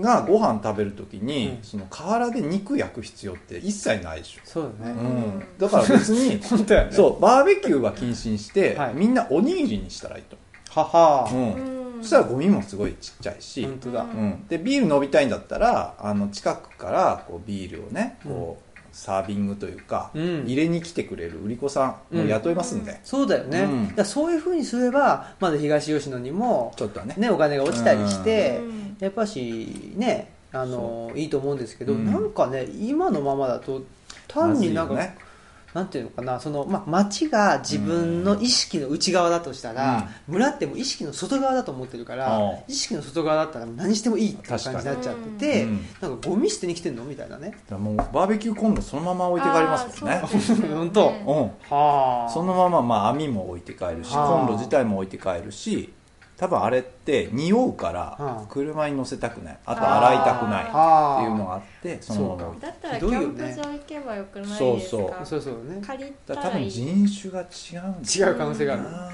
C: がご飯食べるときに、
A: うん
C: その河原で肉焼く必要って一切ないでしょ
A: そうだね、
C: うんだから別 に
A: 本当やね
C: そうバーベキューは禁止にして、
A: はい
C: みんなおにぎりにしたらいいと、
A: はは
C: う、ん
B: うん、
C: そしたらゴミもすごいちっちゃいし、
A: 本当だ、
B: う
C: うんでビール飲みたいんだったらあの近くからこうビールをねこう、サービングというか、
A: うん
C: 入れに来てくれる売り子さんも雇いますんで、
A: そうだよね、
C: うん
A: だからそういうふうにすればまだ東吉野にも
C: ちょっとはね
A: ねお金が落ちたりして、
B: うん
A: やっぱしねあのいいと思うんですけど、
C: うん
A: なんかね今のままだと単になんか、
C: まずいよね
A: なんていうのかなその、まあ、町が自分の意識の内側だとしたら、村ってもう意識の外側だと思ってるから、
C: うん
A: 意識の外側だったら何してもいいっていう感じになっちゃってて、
C: 確
A: なんかゴミ捨てに来てんのみたいなね
C: だからもうバーベキューコンロそのまま置いて帰りますもんね
B: あーそうですね
A: 本当
B: ね
C: うん
A: はあ
C: そのまま、まあ、網も置いて帰るし
A: はあ
C: コンロ自体も置いて帰るし多分あれって匂うか
A: は
C: ら
A: あ
C: 車に乗せたくないあと
B: ああ
C: 洗いたくないって
A: はあ
C: いうのがあってそのまま置いて
B: だったら
A: ひ
B: キ
A: どいよね
B: ャンプ場行けばよくないですか
C: そうそう
A: そうそうね
B: 借りた
C: だから多
B: らい
C: 分
B: い
C: 人種が違うんだ
A: 違う可能性がある、
C: な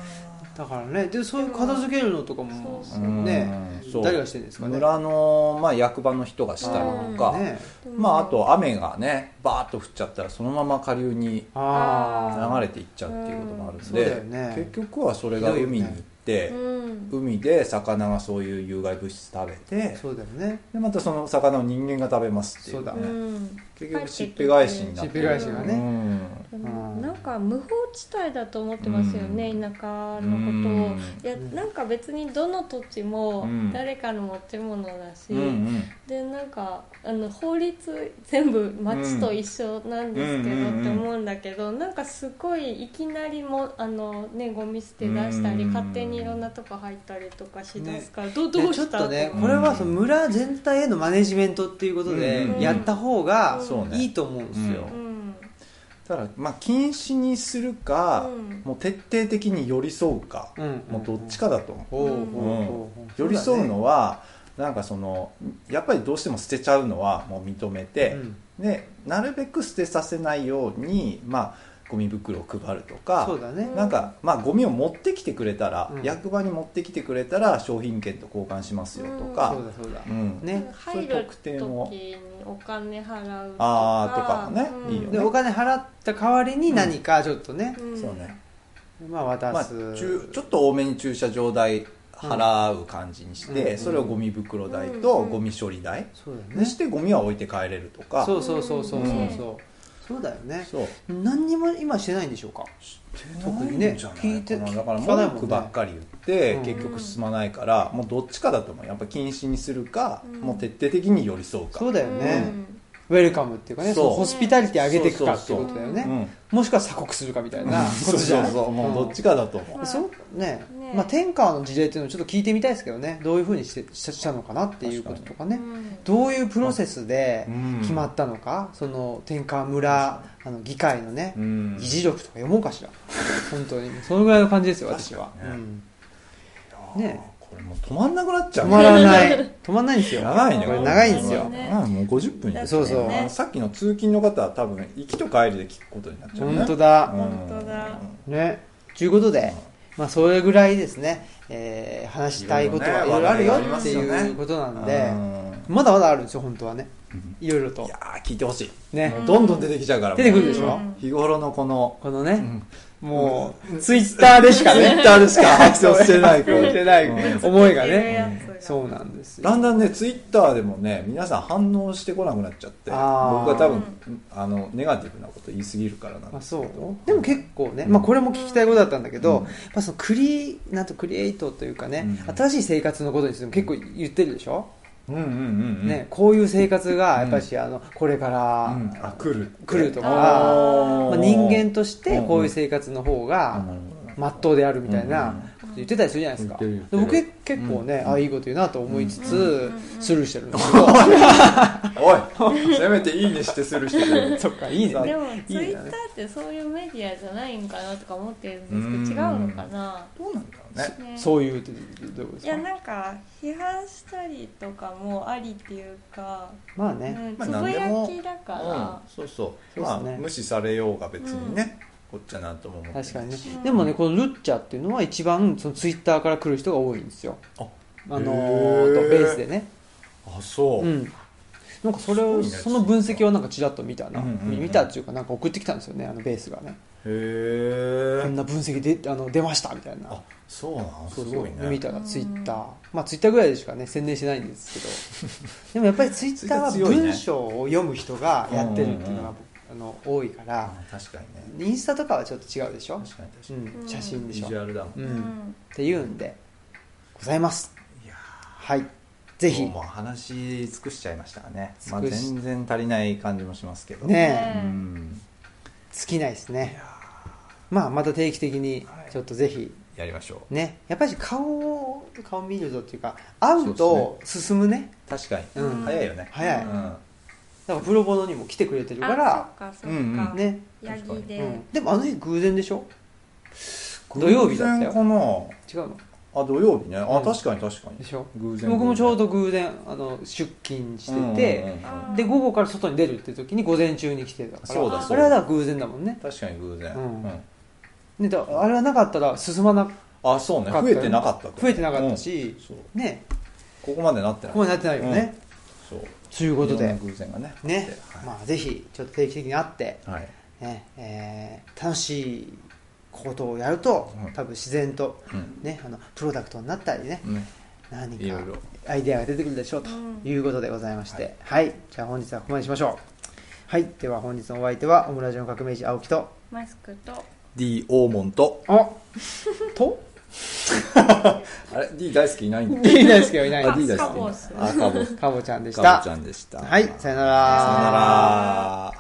A: だからねでそういう片付けるのとかも
B: そうそう
A: ね
C: うんそう
A: 誰がしてるんですかね
C: 村の、まあ、役場の人がしたりとか、
A: ね
C: まあ、あと雨がねバーッと降っちゃったらそのまま下流に
A: ああ
C: 流れていっちゃうっていうこともある
A: うんんそうだよ
C: で、
A: ね
C: 結局はそれが海に行って、
B: うん
C: 海で魚がそういう有害物質食べて
A: そうだよね
C: でまたその魚を人間が食べますっていう,、ね、
A: そうだ
B: うん
C: 結局しっぺ返しになっ
A: し
C: て
A: っぺ返しがね
C: うん
A: う
B: でも
A: ん
B: なんか無法地帯だと思ってますよね、
C: うん
B: 田舎のことをいや
A: うん
B: なんか別にどの土地も
C: うん
B: 誰かの持ち物だし、
C: うんうん
B: でなんかあの法律全部町と一緒なんですけど
C: うん
B: って思うんだけど、なんかすごいいきなりもあの、ね、ゴミ捨て出したり、
C: うん
B: 勝手にいろんなとこ入ったりとかしだすから、ど
A: で
B: どう
A: ちょっ
B: した
A: とね
B: 思う
A: これはその村全体へのマネジメントっていうことで
C: うん
A: やった方が
C: そうね
A: いいと思うんですよ、
C: うん
B: うん
C: ただまあ禁止にするか、
B: うん
C: もう徹底的に寄り添うか、
A: うん
C: もうどっちかだと思う
A: ほうほうほう
C: 寄り添うのはなんかそのやっぱりどうしても捨てちゃうのはもう認めて、
A: うん
C: でなるべく捨てさせないようにまあゴミ袋を配ると
A: そ
C: か
A: うだね
C: なんかまあゴミを持ってきてくれたら、
A: うん
C: 役場に持ってきてくれたら商品券と交換しますよとか
A: そう、だそうだ
C: うん
A: ね
B: 入
C: そういう
B: る
C: 特
B: 時
C: 典を
B: にお金払うとか
C: あーとかねいいよ
A: でお金払った代わりに何かちょっとね、
B: ん
C: そうね、
A: まあ渡
C: まあ、
A: す、
C: 中ちょっと多めに駐車場代払う感じにして、
A: うん
C: それをゴミ袋代と
B: うん
C: ゴミ処理代
A: そうだよね
C: にしてゴミは置いて帰れるとか、
A: そうそうそうそうそうそう、
C: うん
A: そうだよね
C: そう
A: 何にも今してないんでしょうか
C: 特にね聞いてだから
A: 聞かないもんね
C: 文句ばっかり言っ
A: う
C: て、
A: ん
C: 結局進まないからもうどっちかだと思うやっぱ禁止にするか、
B: うん
C: もう徹底的に寄り添うか
A: そうだよ
B: う
A: ね、
B: ん
A: ウェルカムっていうかね
C: そう
A: そのホスピタリティ上げていくかって
C: そう
A: こ
C: そうそう
A: とだよね
C: うん
A: もしくは鎖国するかみたいなこ
C: そ
A: と
C: う
A: じゃ
C: そ
A: ん
C: うそうもうどっちかだと思う、
B: うん
A: そうね
B: ね
A: まあ、天下の事例っていうのをちょっと聞いてみたいですけどねどういうふうにしてししたのかなっていうこととかね
B: うん
A: どういうプロセスで
C: うん
A: 決まったのか、その天下村あの議会のね、
C: うん
A: 議事録とか読もうかしら本当にそのぐらいの感じですよ私は、
C: 確かにね
A: うんね
C: これもう止まんなくなっちゃ
A: 止
C: う
A: まら ない止まんないんですよ
C: 長いね
A: これ長いんです
B: そ
A: よ
B: うね
C: あもう50分
B: だってね
A: そうそう
C: あさっきの通勤の方は多分行きと帰りで聞くことになっちゃうね
A: 本当だ
C: うん
B: 本当だ
A: ねということで、まあ、それぐらいですね、えー話したいことはいろいろあるよっていうことなんで、
C: うん
A: まだまだあるんですよ本当はねいろいろと
C: いやー聞いてほしい
A: ね
B: うん
C: どんどん出てきちゃうから
A: 出てくるでしょ、
B: うん
C: 日頃のこ の
A: このね、もう、
C: うん
A: ツイッターでしか ねツイッターでし
C: か発表してない
A: 発表してない
C: うん
A: 思いが
B: いる
A: ね
B: やつが
A: そうなんですよ
C: だんだんねツイッターでもね皆さん反応してこなくなっちゃって僕
A: あー
C: が多分、あのネガティブなこと言いすぎるからなん
A: あ
C: です
A: そ
C: け
A: う
C: ど
A: でも結構ね、まあ、これも聞きたいことだったんだけど、
C: うん
A: まあ、そのクリなんとクリエイトというかね、
C: うん
A: 新しい生活のことについても結構言ってるでしょ、
C: うんうんうんうん
A: ね、こういう生活がやっぱし、
C: う
A: あのこれから、
C: うんあ来る
A: 来るとか
C: ま
A: まあ、人間
C: と
A: としてこういう生活の方がまっとうであるみたいなこと言ってたりするじゃないですか、
C: 言ってる
A: で
C: 言っ
A: 僕
C: てる
A: 結構ね、ああいいこと言うなと思いつつ、スルーしてるんです
C: おいせめていいねしてする人
A: けど そっかいいね
B: でもツイ
A: いい
B: ッ
A: ね
B: ターってそういうメディアじゃないんかなとか思ってるんですけど
C: う
B: 違
C: ん
B: うのかな、
C: どうなんだろうね
B: ね、
A: そういうってどういうこと
B: い
A: です
B: や
A: か
B: なんか批判したりとかもありっていうか、
A: まあ
B: う
A: ね、
B: ん、
C: まあ
B: つぶ
C: 何
B: や
C: でも
B: きだか
C: うん
B: ら、
C: そうそう
A: そうっ
C: ますあ
A: ね
C: 無視されようが別にねこっちはなんとも思ってない
A: 確かにね
C: し
A: でもねこのルッチャっていうのは一番そのツイッターから来る人が多いんですよ
C: あ
A: あの
C: へ
A: ー
C: ー
A: とベースでね
C: あそううん
A: なんかそれを
C: すごいね
A: その分析をなんかちらっと見たな、
C: うんうんうん
A: 見たっていうかなんか送ってきたんですよねあのベースがね
C: へ
A: こん
C: え
A: な分析であの出ましたみたいな
C: あそうなのす
A: そうそう
C: ごいね
A: 見たらツイッターまあツイッターぐらいでしかね宣伝してないん ですけどでもやっぱりツイッターは
C: ツイッター強いね
A: 文章を読む人がやってるっていうのがあの多いから、
C: 確かにね
A: インスタとかはちょっと違うでしょ、
C: 確かに確
A: う
C: かに
A: ん、写真で
C: ビ
A: し
C: ジ
A: ょ、
C: ュアルだもん
A: う、
B: うんん
A: っていうんでございます
C: いや
A: はいぜひ
C: もう話し尽くしちゃいましたがね、まあ、
A: 尽くし
C: 全然足りない感じもしますけど
A: ねえ
C: うん
A: 尽きないですねまあまた定期的に
C: はい
A: ちょっとぜひ
C: やりましょう
A: ねやっぱり顔を顔見るとっていうか会う
C: そ
A: と進むね
C: 確かに、
A: うん
C: 早いよね
A: 早い
C: うん
A: だからプロボノにも来てくれてるか
B: あ
A: ら
B: そっかそっか、
C: うんうん
A: ね、
B: ヤギで、
A: うん、でもあの日偶然でしょ土曜日だったよ
C: 偶然か
A: 違うの
C: なあ土曜日ねあ、
A: うん
C: 確かに確かに
A: でしょ
C: 偶然
A: 僕もちょうど偶然あの出勤してて、
C: うんうんうん
B: あー
A: で午後から外に出るって時に午前中に来てたから
C: そうだ
B: そ
A: あ
B: うだ
A: れはだから偶然だもんね
C: 確かに偶然、
A: うんねだあれはなかったら進まなか
C: あそう
A: った
C: ね
A: よ
C: 増
A: ね
C: えてなかったと
A: 増えてなかったし
C: うん、そう
A: ね
C: ここまでなってな
A: こ
C: い
A: こまでなってないよね、
C: うんそう
A: ということ
C: いろん
A: で
C: な偶然がね
A: ね、
C: はい
A: まあぜひちょっと定期的に会って、
C: はい
A: ねえー楽しいことをやると、
C: うん
A: 多分自然と、
C: うん
A: ね、あのプロダクトになったりね、
C: ね
A: 何
C: いろい
A: か
C: ろ
A: アイデアが出てくるでしょうと
B: うん
A: いうことでございまして、はい、じゃあ本日はここまでにしましょうはいでは本日のお相手はオムラジオの革命児青木と
B: マスクと
C: D 大門と
A: おと
C: あれ D 大好きいないん だ
A: いいですけどいない
C: あ
A: で
C: D
A: す
C: 大
B: カ
C: 好
B: ボ
C: き
B: ス
C: あカボス
A: かぼちゃんでし
C: カ
A: た
C: ボちゃんでした
A: はいさよな
C: さよ
A: ら
C: なら